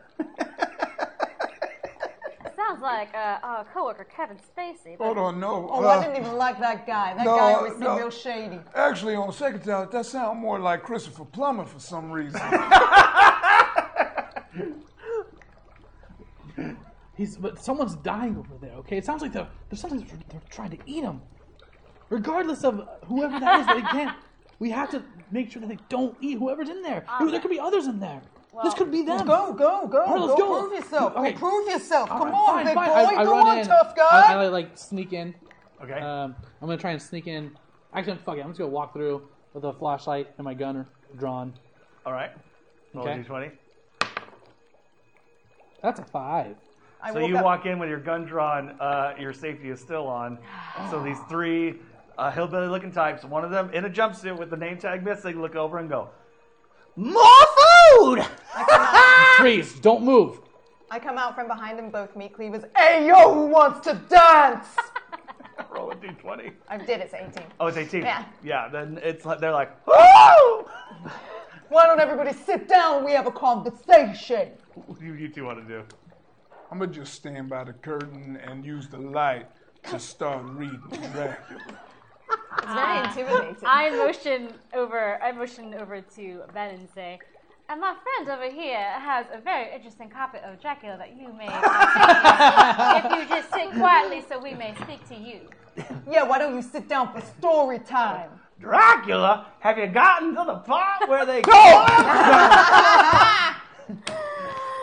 Sounds like uh, our coworker Kevin Spacey. but- Hold on, no. Oh, uh, I didn't even like that guy. That no, guy always seemed no. real shady. Actually, on Secretary, that sounds more like Christopher Plummer for some reason. He's but someone's dying over there. Okay, it sounds like they're they're something they're trying to eat him. Regardless of whoever that is, they can't. We have to make sure that they don't eat whoever's in there. Dude, there could be others in there. this could be them. Ah. Go, go, go. All right, let's go, go. prove yourself. Okay. Go prove yourself. All Come right, on, fine, big fine. boy. I, I Come run on, in. tough guy. I, I like sneak in. Okay. Um, I'm gonna try and sneak in. Actually, fuck it. I'm just gonna walk through with a flashlight and my gun drawn. All right. Roll Okay. a d20. That's a five. so you walk in with your gun drawn, uh, your safety is still on. So these three uh, hillbilly-looking types, one of them in a jumpsuit with the name tag missing, look over and go, "More food!" Freeze! Don't move. I come out from behind them, both meat cleavers. Hey, yo, who wants to dance? Roll a d20. I did. It's 18. Oh, it's 18. Yeah. Yeah. Then it's like they're like, Woo! Oh! Why don't everybody sit down and we have a conversation? "What do you two want to do?" I'm gonna just stand by the curtain and use the light to start reading Dracula. It's very Ah. intimidating. I motion over. I motion over to Ben and say, "And my friend over here has a very interesting copy of Dracula that you may. if you just sit quietly, so we may speak to you." Yeah, why don't you sit down for story time? Dracula, have you gotten to the part where they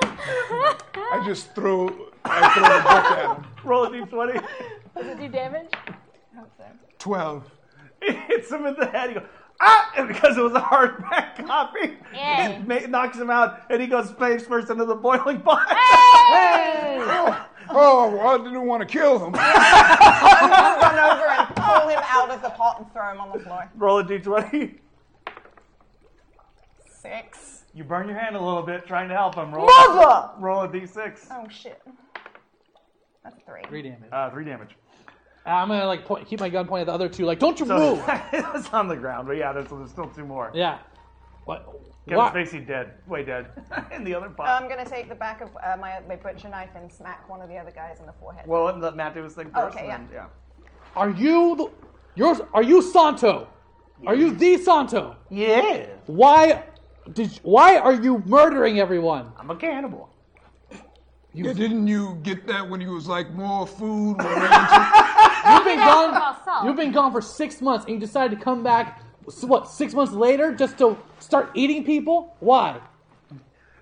I just throw, I throw the book at him. Roll a d20. Does it do damage? Twelve. It hits him in the head. He goes, ah! And because it was a hardback copy, Yay. it ma- knocks him out, and he goes face first into the boiling pot. Oh, well, I didn't want to kill him. I'll run over and pull him out of the pot and throw him on the floor. Roll a d20. Six. You burn your hand a little bit trying to help him. Roll, Mother! roll a d6. Oh shit. That's a three. Three damage. Uh, three damage. I'm gonna like point, keep my gun pointed at the other two. Like, don't you So move. it's on the ground, but yeah, there's, there's still two more. Yeah. What? Kevin Why- Spacey dead, way dead, in the other pot. I'm gonna take the back of uh, my, my butcher knife and smack one of the other guys in the forehead. well, let- let Matt do his thing first. Okay, and then- yeah. Are you the? Yours? Are you Santo? Are you the Santo? Yeah, Why did? Why are you murdering everyone? I'm a cannibal. Yeah, didn't you get that when he was like, more food? More ranches?" You've been That's gone. about salt. You've been gone for six months, and you decided to come back. s- What? Six months later, just to start eating people? Why?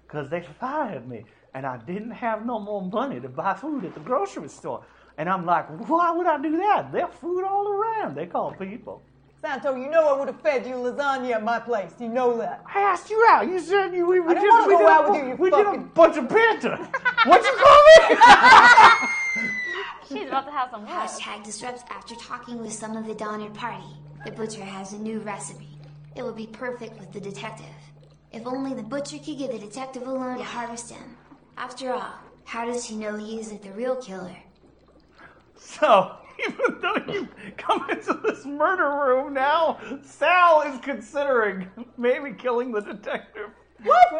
Because they fired me, and I didn't have no more money to buy food at the grocery store. And I'm like, why would I do that? They have food all around. They call people. Santo, you know I would have fed you lasagna at my place. You know that. I asked you out. You said you, we, we I didn't just- want to we go did a out bu- with you. You we did a fucking. bunch of banter. what you call me? She's about to have some Hashtag disrupts after talking with some of the Donner party. The butcher has a new recipe. It will be perfect with the detective. If only the butcher could get the detective alone to harvest him. After all, how does he know he isn't the real killer? So, even though you come into this murder room now, Sal is considering maybe killing the detective. uh, What,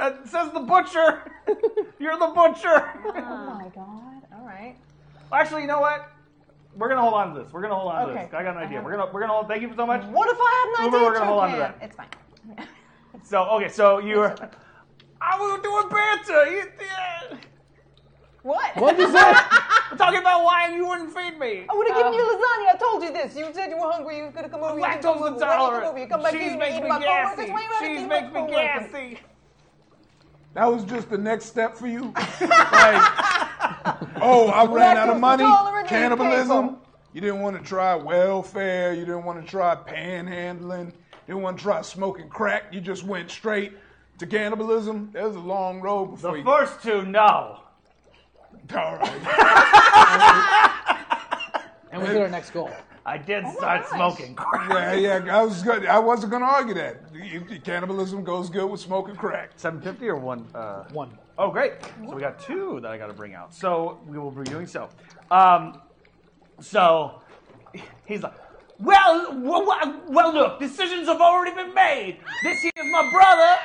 me? says the butcher. You're the butcher. Oh my god. All right. Actually, you know what? We're gonna hold on to this. We're gonna hold on to Okay. Uh-huh. this. I got an idea. We're gonna we're gonna hold. Thank you so much. What if I had an Uber, idea? we're gonna too? hold on to Yeah, that. It's fine. So okay, so you were. I was doing banter. You, yeah. What? What'd you say? I'm talking about why you wouldn't feed me. I would have given you lasagna. I told you this. You said you were hungry. You could have come over. You didn't Lactose come over. Why didn't you intolerant. come over? You come back Cheese here makes and me eat my gassy. coworkers. Why you gotta Cheese eat makes my me coworkers? gassy. That was just the next step for you. like, oh, I ran out of Lactose money. intolerant and Cannibalism. You didn't want to try welfare. You didn't want to try panhandling. You didn't want to try smoking crack. You just went straight to cannibalism. There's a long road before The you. first two, no. All right. And we hit our next goal. I did start smoking crack. Yeah, yeah. I was good. I wasn't gonna argue that. You- you- Cannibalism goes good with smoking crack. 750 or one? Uh, one. Oh, great. So we got two that I got to bring out. So we will be doing so. Um, so he's like, well, well, well, look, decisions have already been made. This here is my brother.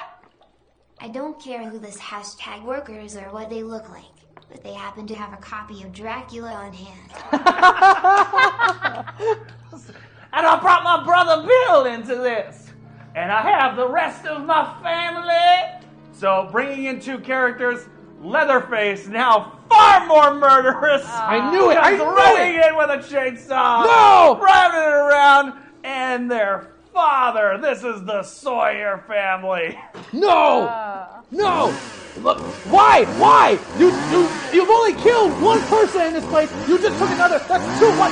I don't care who this hashtag workers or what they look like, but they happen to have a copy of Dracula on hand. And I brought my brother Bill into this. And I have the rest of my family. So bringing in two characters, Leatherface now far more murderous. I knew it, I Comes knew running in with a chainsaw. No! Driving it around. And their father. This is the Sawyer family. No! Ah. No! Look, why? Why? You, you, you've only killed one person in this place. You just took another. That's two. What?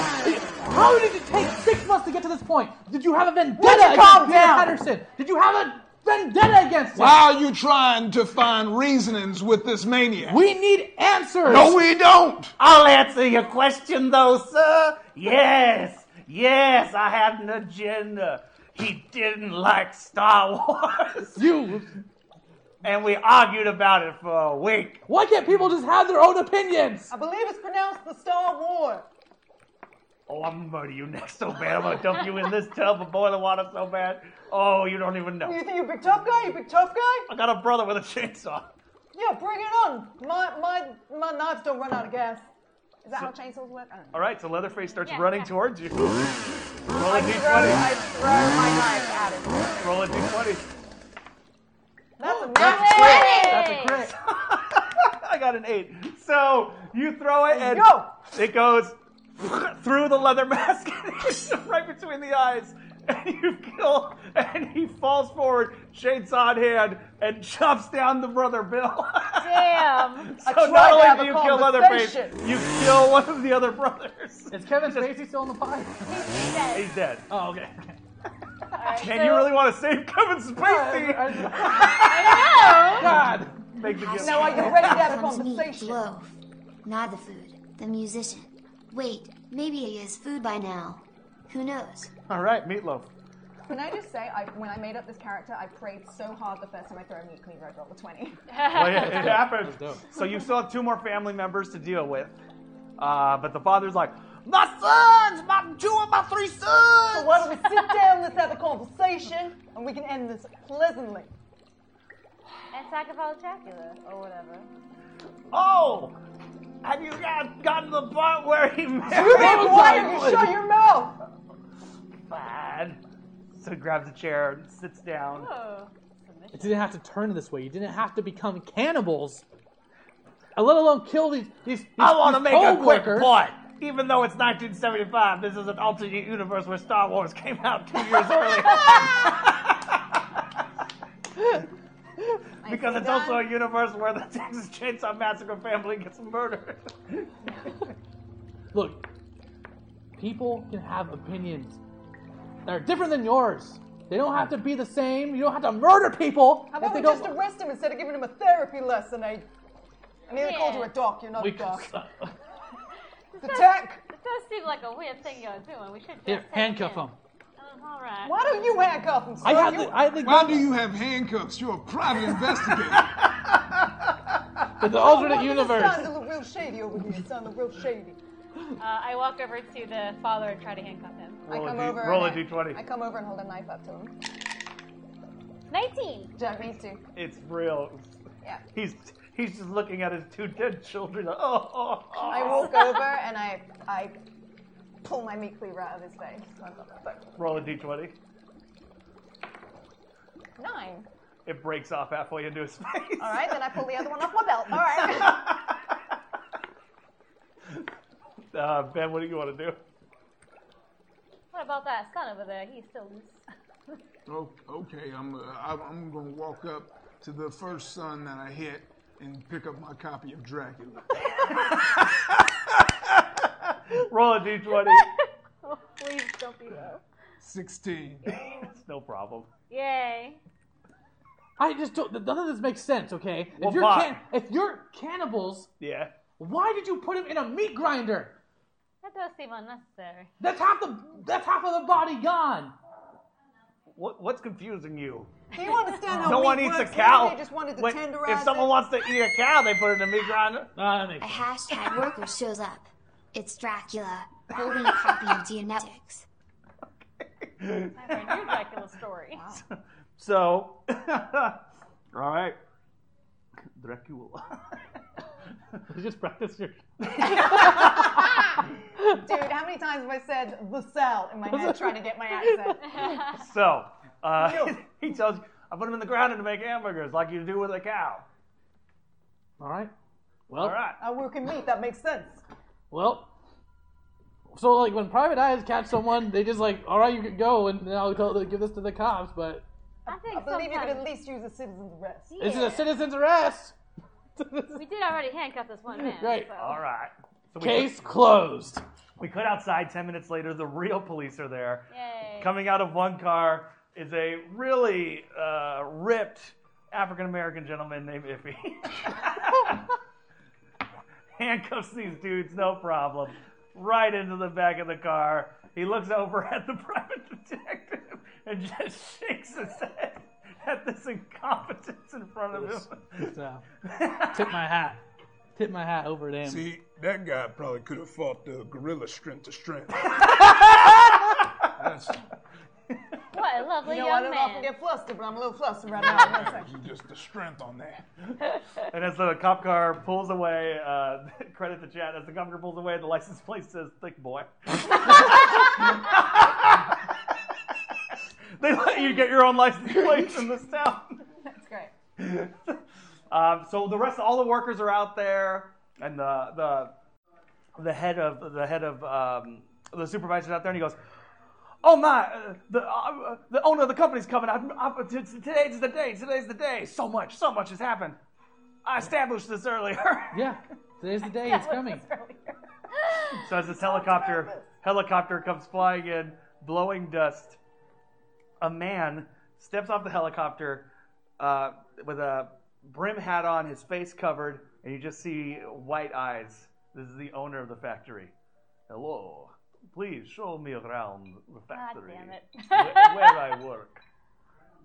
How did it take six months to get to this point? Did you have a vendetta Would you calm against down? Peter Patterson? Did you have a vendetta against him? Why are you trying to find reasonings with this maniac? We need answers. No, we don't. I'll answer your question though, sir. Yes, yes, I had an agenda. He didn't like Star Wars. You. And we argued about it for a week. Why can't people just have their own opinions? I believe it's pronounced the Star War. Oh, I'm gonna murder you next so bad. I'm gonna dump you in this tub of boiling water so bad. Oh, you don't even know. You think you're a big tough guy? You big tough guy? I got a brother with a chainsaw. Yeah, bring it on. My my my knives don't run out of gas. Is that how chainsaws work? I don't know. All right, so Leatherface starts Yeah, running yeah. towards you. Roll a I throw, I d20. throw my knife at it. Roll a d20. That's a That's a nat crit. 20. That's a crit. I got an eight. So you throw it and Go. it goes through the leather mask right between the eyes. And you kill, and he falls forward, chainsaw in hand, and chops down the brother Bill. Damn. so not only do you kill Leatherface, you kill one of the other brothers. Is Kevin Spacey still in the pie? He's dead. Oh, okay. And you really want to save Kevin Spacey? God. Make the guilt. Now are you ready to have a Comes meat, conversation? loaf, not the food, the musician. Wait, maybe he has food by now. Who knows? All right, meatloaf. Can I just say, I, when I made up this character, I prayed so hard the first time I throw a meat cleaver, I rolled a 20. Well, yeah, it happened. So you still have two more family members to deal with. Uh, but the father's like, my sons, my two of my three sons. So why don't we sit down, let's have a conversation, and we can end this pleasantly. And talk about Dracula or whatever. Oh, have you got, gotten the part where he You married? be quiet, you shut your mouth! Fine. So he grabs a chair and sits down. Oh. It didn't have to turn this way. You didn't have to become cannibals. Uh, Let alone kill these. these, these I want to make these a quick coworkers. point. Even though it's 1975, this is an alternate universe where Star Wars came out two years early. because it's also a universe where the Texas Chainsaw Massacre family gets murdered. Look, people can have opinions that are different than yours. They don't have to be the same. You don't have to murder people. How if about they we don't- just arrest him instead of giving him a therapy lesson, eh? I nearly called you a doc, you're not We a could doc. stop. The tech! It does seem like a weird thing you're doing. We should just Here, take handcuff him. him. All right. Why don't you handcuff him, I sir? have You- the, I have the Why do you have handcuffs? You're a private investigator. It's an Oh, alternate look, this universe. Sounds a little real shady over here. It sounds a little shady. Uh, I walk over to the father and try to handcuff him. I Roll a come D- over. roll and a D20. I, I come over and hold a knife up to him. 19. Jack, me too. It's real. Yeah. He's he's just looking at his two dead children. Oh, oh, oh. I walk over and I I pull my meat cleaver out of his face. Roll a d20. Nine. It breaks off halfway into his face. All right, then I pull the other one off my belt. All right. Uh, ben, what do you want to do? What about that son over there? He's still loose. O- Oh, Okay, I'm uh, I'm I'm gonna walk up to the first son that I hit and pick up my copy of Dracula. Roll a d20. oh, please don't be low. Sixteen. it's no problem. Yay. I just don't. None of this makes sense. Okay, Well, if you're why? can, if you're cannibals, yeah. Why did you put him in a meat grinder? That does seem unnecessary. That's half the that's half of the body gone. What what's confusing you? Do you understand how no meat one eats works? a cow. Maybe They just wanted to Wait, tenderize if someone it. wants to eat a cow, they put it in a meat grinder. A hashtag worker shows up. It's Dracula, holding a copy of Dianetics. I've heard your Dracula story. So, all right, Dracula. You just practice your. Dude, how many times have I said the cell in my head trying to get my accent? So uh, he tells you, I put him in the grinder to make hamburgers, like you do with a cow. All right. Well, All right. I work in meat, that makes sense. well. So like when private eyes catch someone, they just like, all right, you can go, and then I'll go, they'll give this to the cops. But I think I believe you could at sometimes- least use a citizen's arrest. it's a citizen's arrest. We did already handcuff this one man. Right. so- All right. So Case closed. We cut outside. Ten minutes later, the real police are there. Yay. Coming out of one car is a really uh, ripped African American gentleman named Iffy. Handcuffs these dudes, no problem. Right into the back of the car. He looks over at the private detective and just shakes his head at this incompetence in front of him. So tip my hat. Tip my hat over to him. See, that guy probably could have fought the gorilla strength to strength. That's What a lovely You know, I young don't often man. get flustered, but I'm a little flustered right now. One second. just the strength on that. And as the cop car pulls away, uh, credit the chat. As the cop car pulls away, the license plate says "thick boy." they let you get your own license plates in this town. That's great. Um, so the rest, all the workers are out there, and the the the head of the head of um, the supervisor's out there, and he goes. Oh my! Uh, the uh, uh, the owner of the company's coming. I've, I've, t- t- today's the day. Today's the day. So much, so much has happened. I established this earlier. Yeah. Today's the day. It's coming. So as this helicopter helicopter comes flying in, blowing dust, a man steps off the helicopter uh, with a brim hat on, his face covered, and you just see white eyes. This is the owner of the factory. Hello, please show me around the factory Ah, damn it. Oh. where, where I work.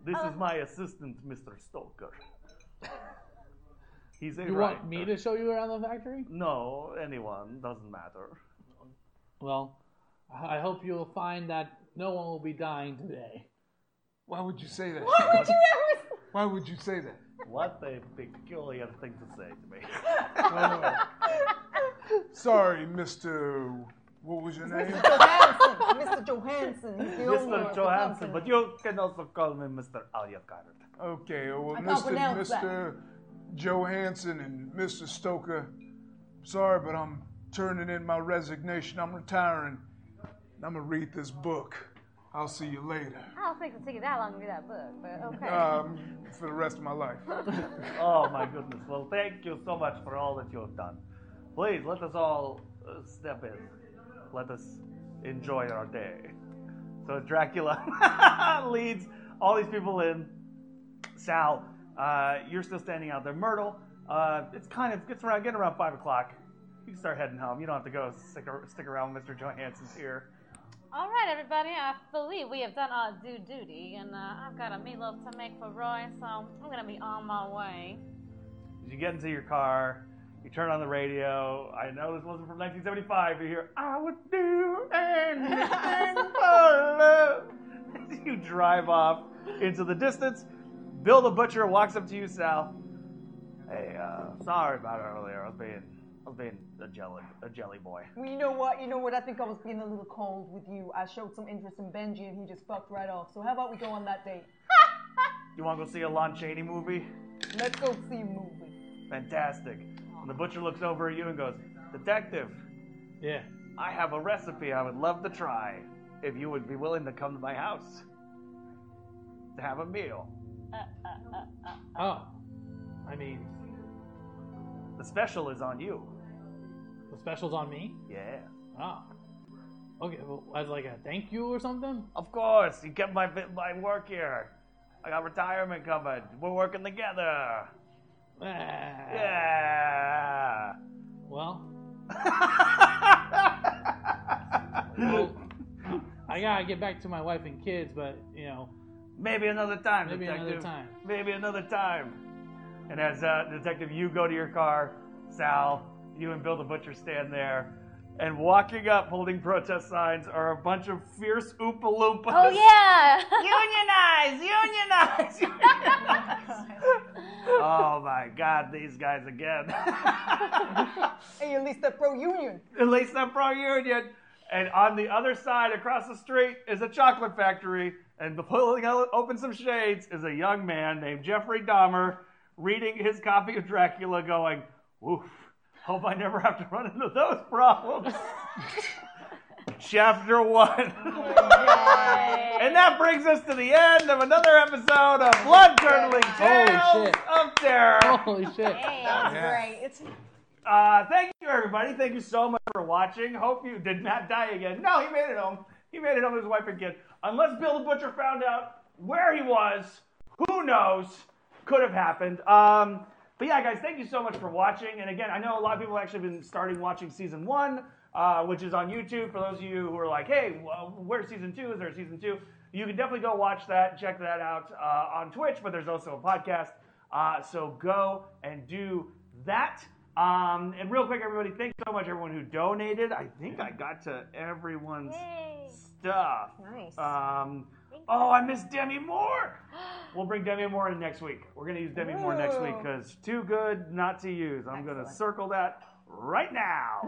This is my assistant, Mr. Stoker. He's a You right. want me to show you around the factory? No, anyone doesn't matter. Well, I I hope you'll find that no one will be dying today. Why would you say that? Why would you ever? Why would you say that? What a peculiar thing to say to me. Oh, Sorry, Mr. What was your name? Mr. Johansson. Mr. Johansson. The owner of Mr. the Johansson, company. but you can also call me Mr. Alyakard. Okay, oh, well, I can't Mr. pronounce that. Mr. Johansson and Mr. Stoker, sorry, but I'm turning in my resignation. I'm retiring. I'm gonna read this book. I'll see you later. I don't think it'll take you that long to read that book, Uh, but okay. Um, for the rest of my life. Oh my goodness. Well, thank you so much for all that you have done. Please let us all uh, step in. Let us enjoy our day. So Dracula leads all these people in. Sal, uh, you're still standing out there. Myrtle, uh, it's kind of gets around getting around five o'clock. You can start heading home. You don't have to go stick, ar- stick around. Mr. Johansson's here. All right, everybody. I believe we have done our due duty, and uh, I've got a meatloaf to make for Roy, so I'm gonna be on my way. As you get into your car, you turn on the radio. I know this wasn't from 1975. You hear, I would do anything for love. you drive off into the distance. Bill the butcher walks up to you, Sal. Hey, uh, sorry about earlier. I was being, I was being a jelly, a jelly boy. Well, you know what? You know what? I think I was being a little cold with you. I showed some interest in Benji, and he just fucked right off. So how about we go on that date? You want to go see a Lon Chaney movie? Let's go see a movie. Fantastic. And the butcher looks over at you and goes, Detective, Yeah. I have a recipe I would love to try if you would be willing to come to my house to have a meal. Uh, uh, uh, uh. Oh. I mean, the special is on you. The special's on me? Yeah. Ah. Okay, well, as like a thank you or something? Of course, you kept my my work here. I got retirement coming. We're working together. Ah, Yeah. Well. well, I gotta get back to my wife and kids, but, you know. Maybe another time, Maybe detective. another time. Maybe another time. And as uh, detective, you go to your car. Sal, you and Bill the butcher stand there, and walking up, holding protest signs, are a bunch of fierce Oompa Loompas. Oh, yeah. unionize, unionize. oh my God, these guys again. hey, at least they're pro-union. at least not pro union. And on the other side, across the street, is a chocolate factory. And pulling o- open some shades is a young man named Jeffrey Dahmer reading his copy of Dracula, going, Woof, hope I never have to run into those problems. Chapter one. and that brings us to the end of another episode of Blood Curdling Holy Tales of Terror. Holy shit. That was great. It's Uh, thank you, everybody. Thank you so much for watching. Hope you did not die again. No, he made it home. He made it home with his wife and kid. Unless Bill the Butcher found out where he was, who knows? Could have happened. Um, but yeah, guys, thank you so much for watching. And again, I know a lot of people have actually been starting watching season one, uh, which is on YouTube. For those of you who are like, hey, well, where's season two? Is there a season two? You can definitely go watch that, check that out uh, on Twitch, but there's also a podcast. Uh, so go and do that. Um, and real quick, everybody, thanks so much, everyone who donated. I think I got to everyone's stuff. Nice. Um, oh, I missed Demi Moore. We'll bring Demi Moore in next week. We're going to use Demi Moore next week Ooh. because too good not to use. I'm going to circle that right now.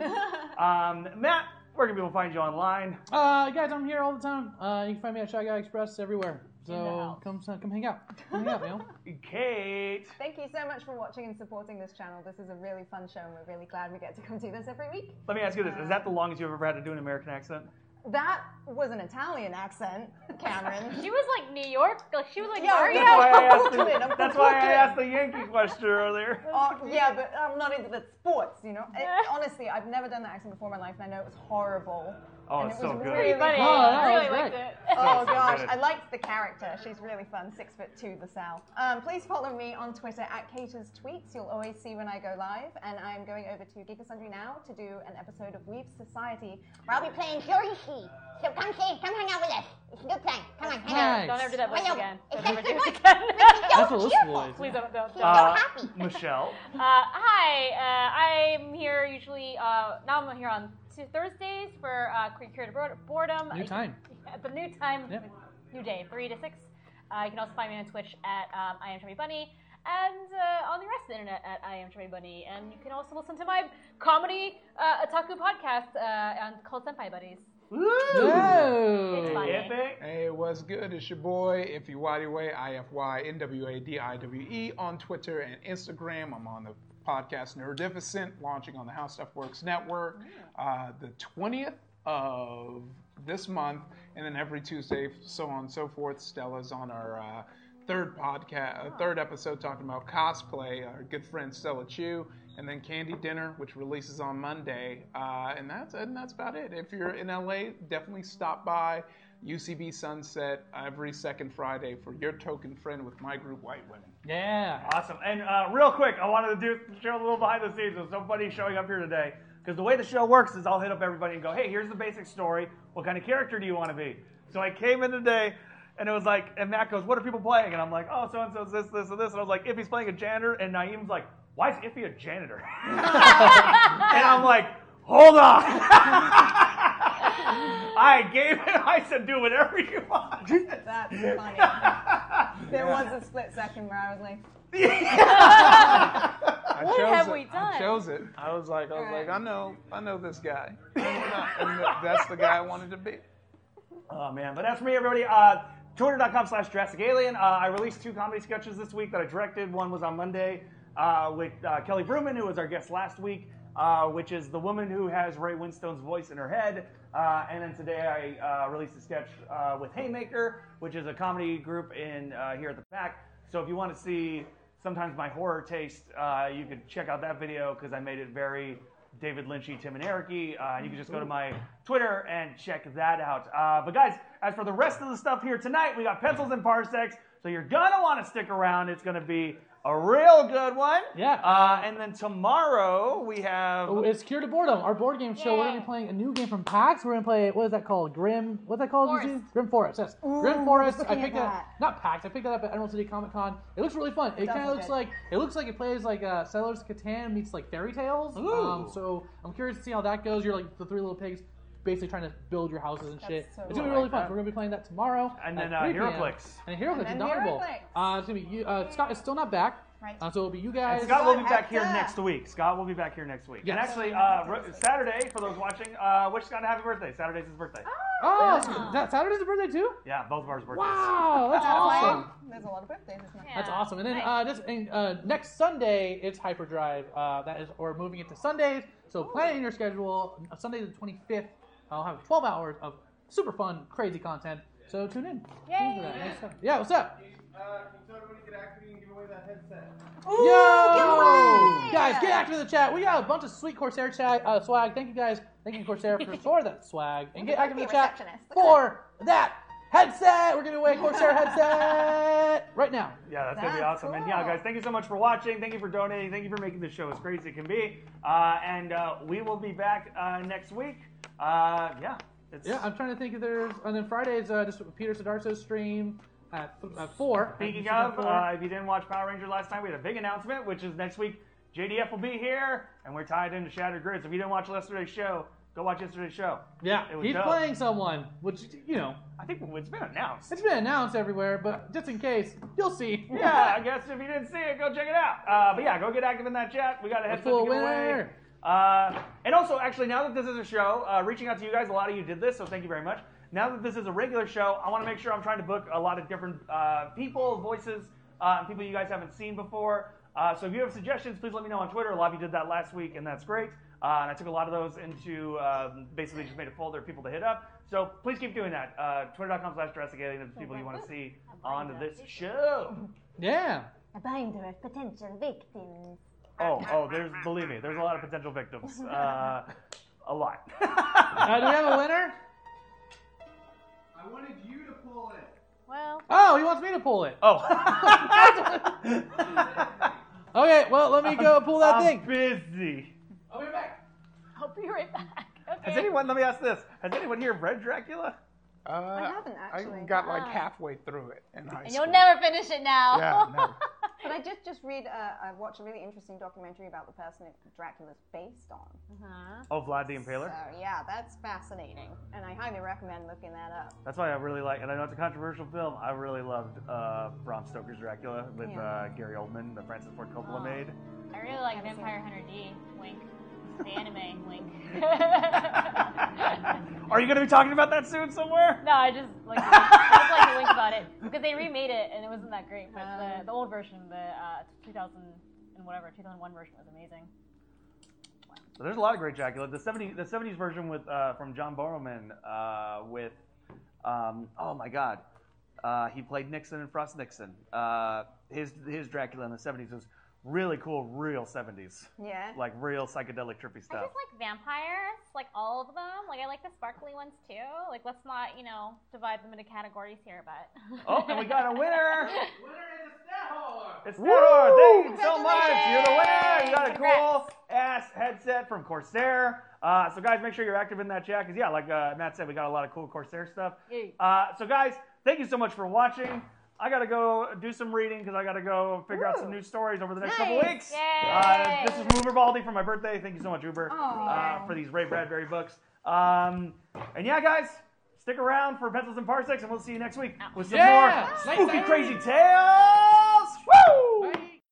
um, Matt, where can people find you online? Uh, guys, I'm here all the time. Uh, you can find me at Shy Guy Express everywhere. So come, come hang out. Come hang out, man. Kate. Thank you so much for watching and supporting this channel. This is a really fun show, and we're really glad we get to come do this every week. Let me ask you this Is that the longest you've ever had to do an American accent? That was an Italian accent, Cameron. Uh, She was like New York. Like she was like Yeah, Mario. That's that's why I asked Brooklyn, the, I'm from that's why I Brooklyn. asked the Yankee question earlier. Oh, yeah, but I'm not into the sports, you know? It- honestly, I've never done that accent before in my life, and I know it was horrible. Oh, and it's it so was good. Really Pretty funny. good. Oh, that I really was liked great. it. Oh, So gosh. good. I liked the character. She's really fun. Six foot two, the Sal. Um, please follow me on Twitter at Cater's Tweets. You'll always see when I go live. And I'm going over to Geek of Sundry now to do an episode of Weave Society where I'll be playing Florence. So come see, come hang out with us. It's a good time. Come on, hang out. Nice. Don't ever do that voice Why not? again. It's Don't ever such do good it work. again. Makes me so That's what this cheerful. was. Please don't. don't, don't. Uh, Michelle. Uh, hi, uh, I'm here usually. Uh, now I'm here on two Thursdays for uh, Cure to Bored- Boredom. New time. At the new time, new day, three to six. Uh, you can also find me on Twitch at um, I am Chubby Bunny and uh, on the rest of the internet at I am Chubby Bunny. And you can also listen to my comedy uh, otaku podcast uh, on called Senpai Buddies. It's funny. Hey, what's good? It's your boy, Ifywadwe, I-F-Y-N-W-A-D-I-W-E E, on Twitter and Instagram. I'm on the podcast Nerdificent, launching on the How Stuff Works Network uh, the 20th of this month, and then every Tuesday, so on and so forth. Stella's on our uh, third podcast, uh, third episode talking about cosplay. Our good friend Stella Chu and then Candy Dinner, which releases on Monday, uh, and that's and that's about it. If you're in LA, definitely stop by UCB Sunset every second Friday for your token friend with my group, White Women. Yeah. Awesome. And uh, real quick, I wanted to do show a little behind the scenes with somebody showing up here today. Because the way the show works is I'll hit up everybody and go, hey, here's the basic story. What kind of character do you want to be? So I came in today and it was like, and Matt goes, what are people playing? And I'm like, oh, so and so's this, this, and this. And I was like, Iffy's playing a janitor. And Naeem's like, why is Iffy a janitor? and I'm like, hold on. I gave it, I said, do whatever you want. That's funny. There was a split second where I was like, I What chose have it. we I done? chose it. I was like, oh. I was like, I know, I know this guy. and that's the guy I wanted to be. Oh man, but that's me, everybody. Uh, Twitter.com slash Jurassic Alien. Uh, I released two comedy sketches this week that I directed. One was on Monday uh, with uh, Kelly Bruman, who was our guest last week, uh, which is the woman who has Ray Winstone's voice in her head. Uh, and then today I uh, released a sketch uh, with Haymaker, which is a comedy group in uh, here at the back. So if you want to see sometimes my horror taste, uh, you could check out that video because I made it very David Lynchy, Tim and Ericy. Uh, you can just go to my Twitter and check that out. Uh, but guys, as for the rest of the stuff here tonight, we got pencils and parsecs, so you're gonna want to stick around. It's gonna be a real good one. Yeah. Uh, and then tomorrow we have. Oh, it's Cure to Boredom, our board game show. We're gonna be playing a new game from PAX. We're gonna play what is that called? Grim. What's that called? Forest. Grim Forest. Yes. Grim Ooh, Forest. looking I at picked that. up not PAX. I picked that up at Emerald City Comic Con. It looks really fun. It, does kind of look looks good. like it looks like it plays like uh, Settlers of Catan meets like Fairy Tales. Ooh. Um, so I'm curious to see how that goes. You're like the Three Little Pigs, basically trying to build your houses and That's shit. so it's gonna be cool. really fun. We're gonna be playing that tomorrow. And at then, uh, 3 p.m. Heroclix. And Heroclix And is then Notable. Heroclix. Uh, it's gonna be you. Uh, Scott is still not back. Right. Uh, so it'll be you guys. And Scott will be back here next week. Scott will be back here next week. Yes. And actually, uh, ro- Saturday for those watching, uh, wish Scott a happy birthday. Saturday's his birthday. Oh, that Saturday's the birthday too. Yeah, both of ours birthdays. Wow, that's awesome. There's a lot of birthdays this month. That's awesome. And then uh, this and, uh, next Sunday it's Hyperdrive. Uh, that is, or moving it to Sundays. So plan it in your schedule. uh, Sunday the 25th, I'll have 12 hours of super fun, crazy content. So tune in. Tune in for that. Nice stuff. Yeah, what's up? Yo, guys, get active in the chat. We got a bunch of sweet Corsair chat uh, swag. Thank you guys. Thank you Corsair for, for that swag. And get active in the chat for that headset. We're giving away a Corsair headset right now. Yeah, that's, gonna be That's awesome. And yeah, guys, thank you so much for watching. Thank you for donating. Thank you for making this show as crazy as it can be. Uh, and uh, we will be back uh, next week. Uh, yeah, it's Yeah, I'm trying to think if there's. And then Friday's uh, just Peter Sidarso's stream at, at four. Speaking At of, four. uh, if you didn't watch Power Ranger last time, we had a big announcement, which is next week JDF will be here, and we're tied into Shattered Grids. If you didn't watch yesterday's show, go watch yesterday's show. yeah, it was he's dope. playing someone, which you know. I think it's been announced. It's been announced everywhere, but just in case, you'll see. yeah, I guess if you didn't see it, go check it out. Uh, but yeah, go get active in that chat. We got a Let's headset to do a give away. winner. Uh, and also, actually, now that this is a show, uh, reaching out to you guys, a lot of you did this, so thank you very much. Now that this is a regular show, I want to make sure I'm trying to book a lot of different uh, people, voices, uh, and people you guys haven't seen before. Uh, so if you have suggestions, please let me know on Twitter. A lot of you did that last week, and that's great. Uh, and I took a lot of those into um, basically just made a folder of people to hit up. So please keep doing that. Uh, Twitter.com slash Jurassic Alien is the people you want to see on this show. Yeah. A binder of potential victims. Oh, oh, there's believe me, there's a lot of potential victims. Uh, a lot. Uh, do we have a winner? I wanted you to pull it. Well, Oh, he wants me to pull it. Oh. okay, well, let me go pull that I'm thing. Busy. I'll be back. I'll be right back. Has anyone? Let me ask this. Has anyone here read Dracula? Uh, I haven't actually. got like Ah. halfway through it in high And school. you'll never finish it now. Yeah, never. But I did just read, uh, I watched a really interesting documentary about the person that Dracula's based on. Oh, Vlad the Impaler. So yeah, that's fascinating, and I highly recommend looking that up. That's why I really like, and I know it's a controversial film. I really loved uh, Bram Stoker's Dracula with Yeah. uh, Gary Oldman, that Francis Ford Coppola Oh. made. I really like Vampire Hunter D. Wink. The anime. Wink. Are you going to be talking about that soon somewhere? no, I just like to- I just like to wink about it because they remade it and it wasn't that great. But the, the old version, the uh, 2000 and whatever 2001 version was amazing. So there's a lot of great Dracula. The 70, the 70s version with uh, from John Borrowman uh, with um, oh my god, uh, he played Nixon and Frost Nixon. Uh, his his Dracula in the 70s was really cool, real 70s. Yeah. Like real psychedelic trippy I stuff. just like vampires, like all of them. Like I like the sparkly ones too. Like let's not, you know, divide them into categories here, but Oh, and we got a winner. It's Woo! Theodore. Thank you so much. You're the winner. Congratulations. You got a Congrats. cool ass headset from Corsair. Uh, so guys, make sure you're active in that chat because yeah, like uh, Matt said, we got a lot of cool Corsair stuff. Uh, so guys, thank you so much for watching. I gotta go do some reading because I gotta go figure out some new stories over the next couple Nice. weeks. Yay. Uh, this is Uber Baldy for my birthday. Thank you so much, Uber, uh, for these Ray Bradbury books. Um, and yeah, guys, stick around for Pencils and Parsecs, and we'll see you next week with some Yeah. more spooky, Later. crazy tales.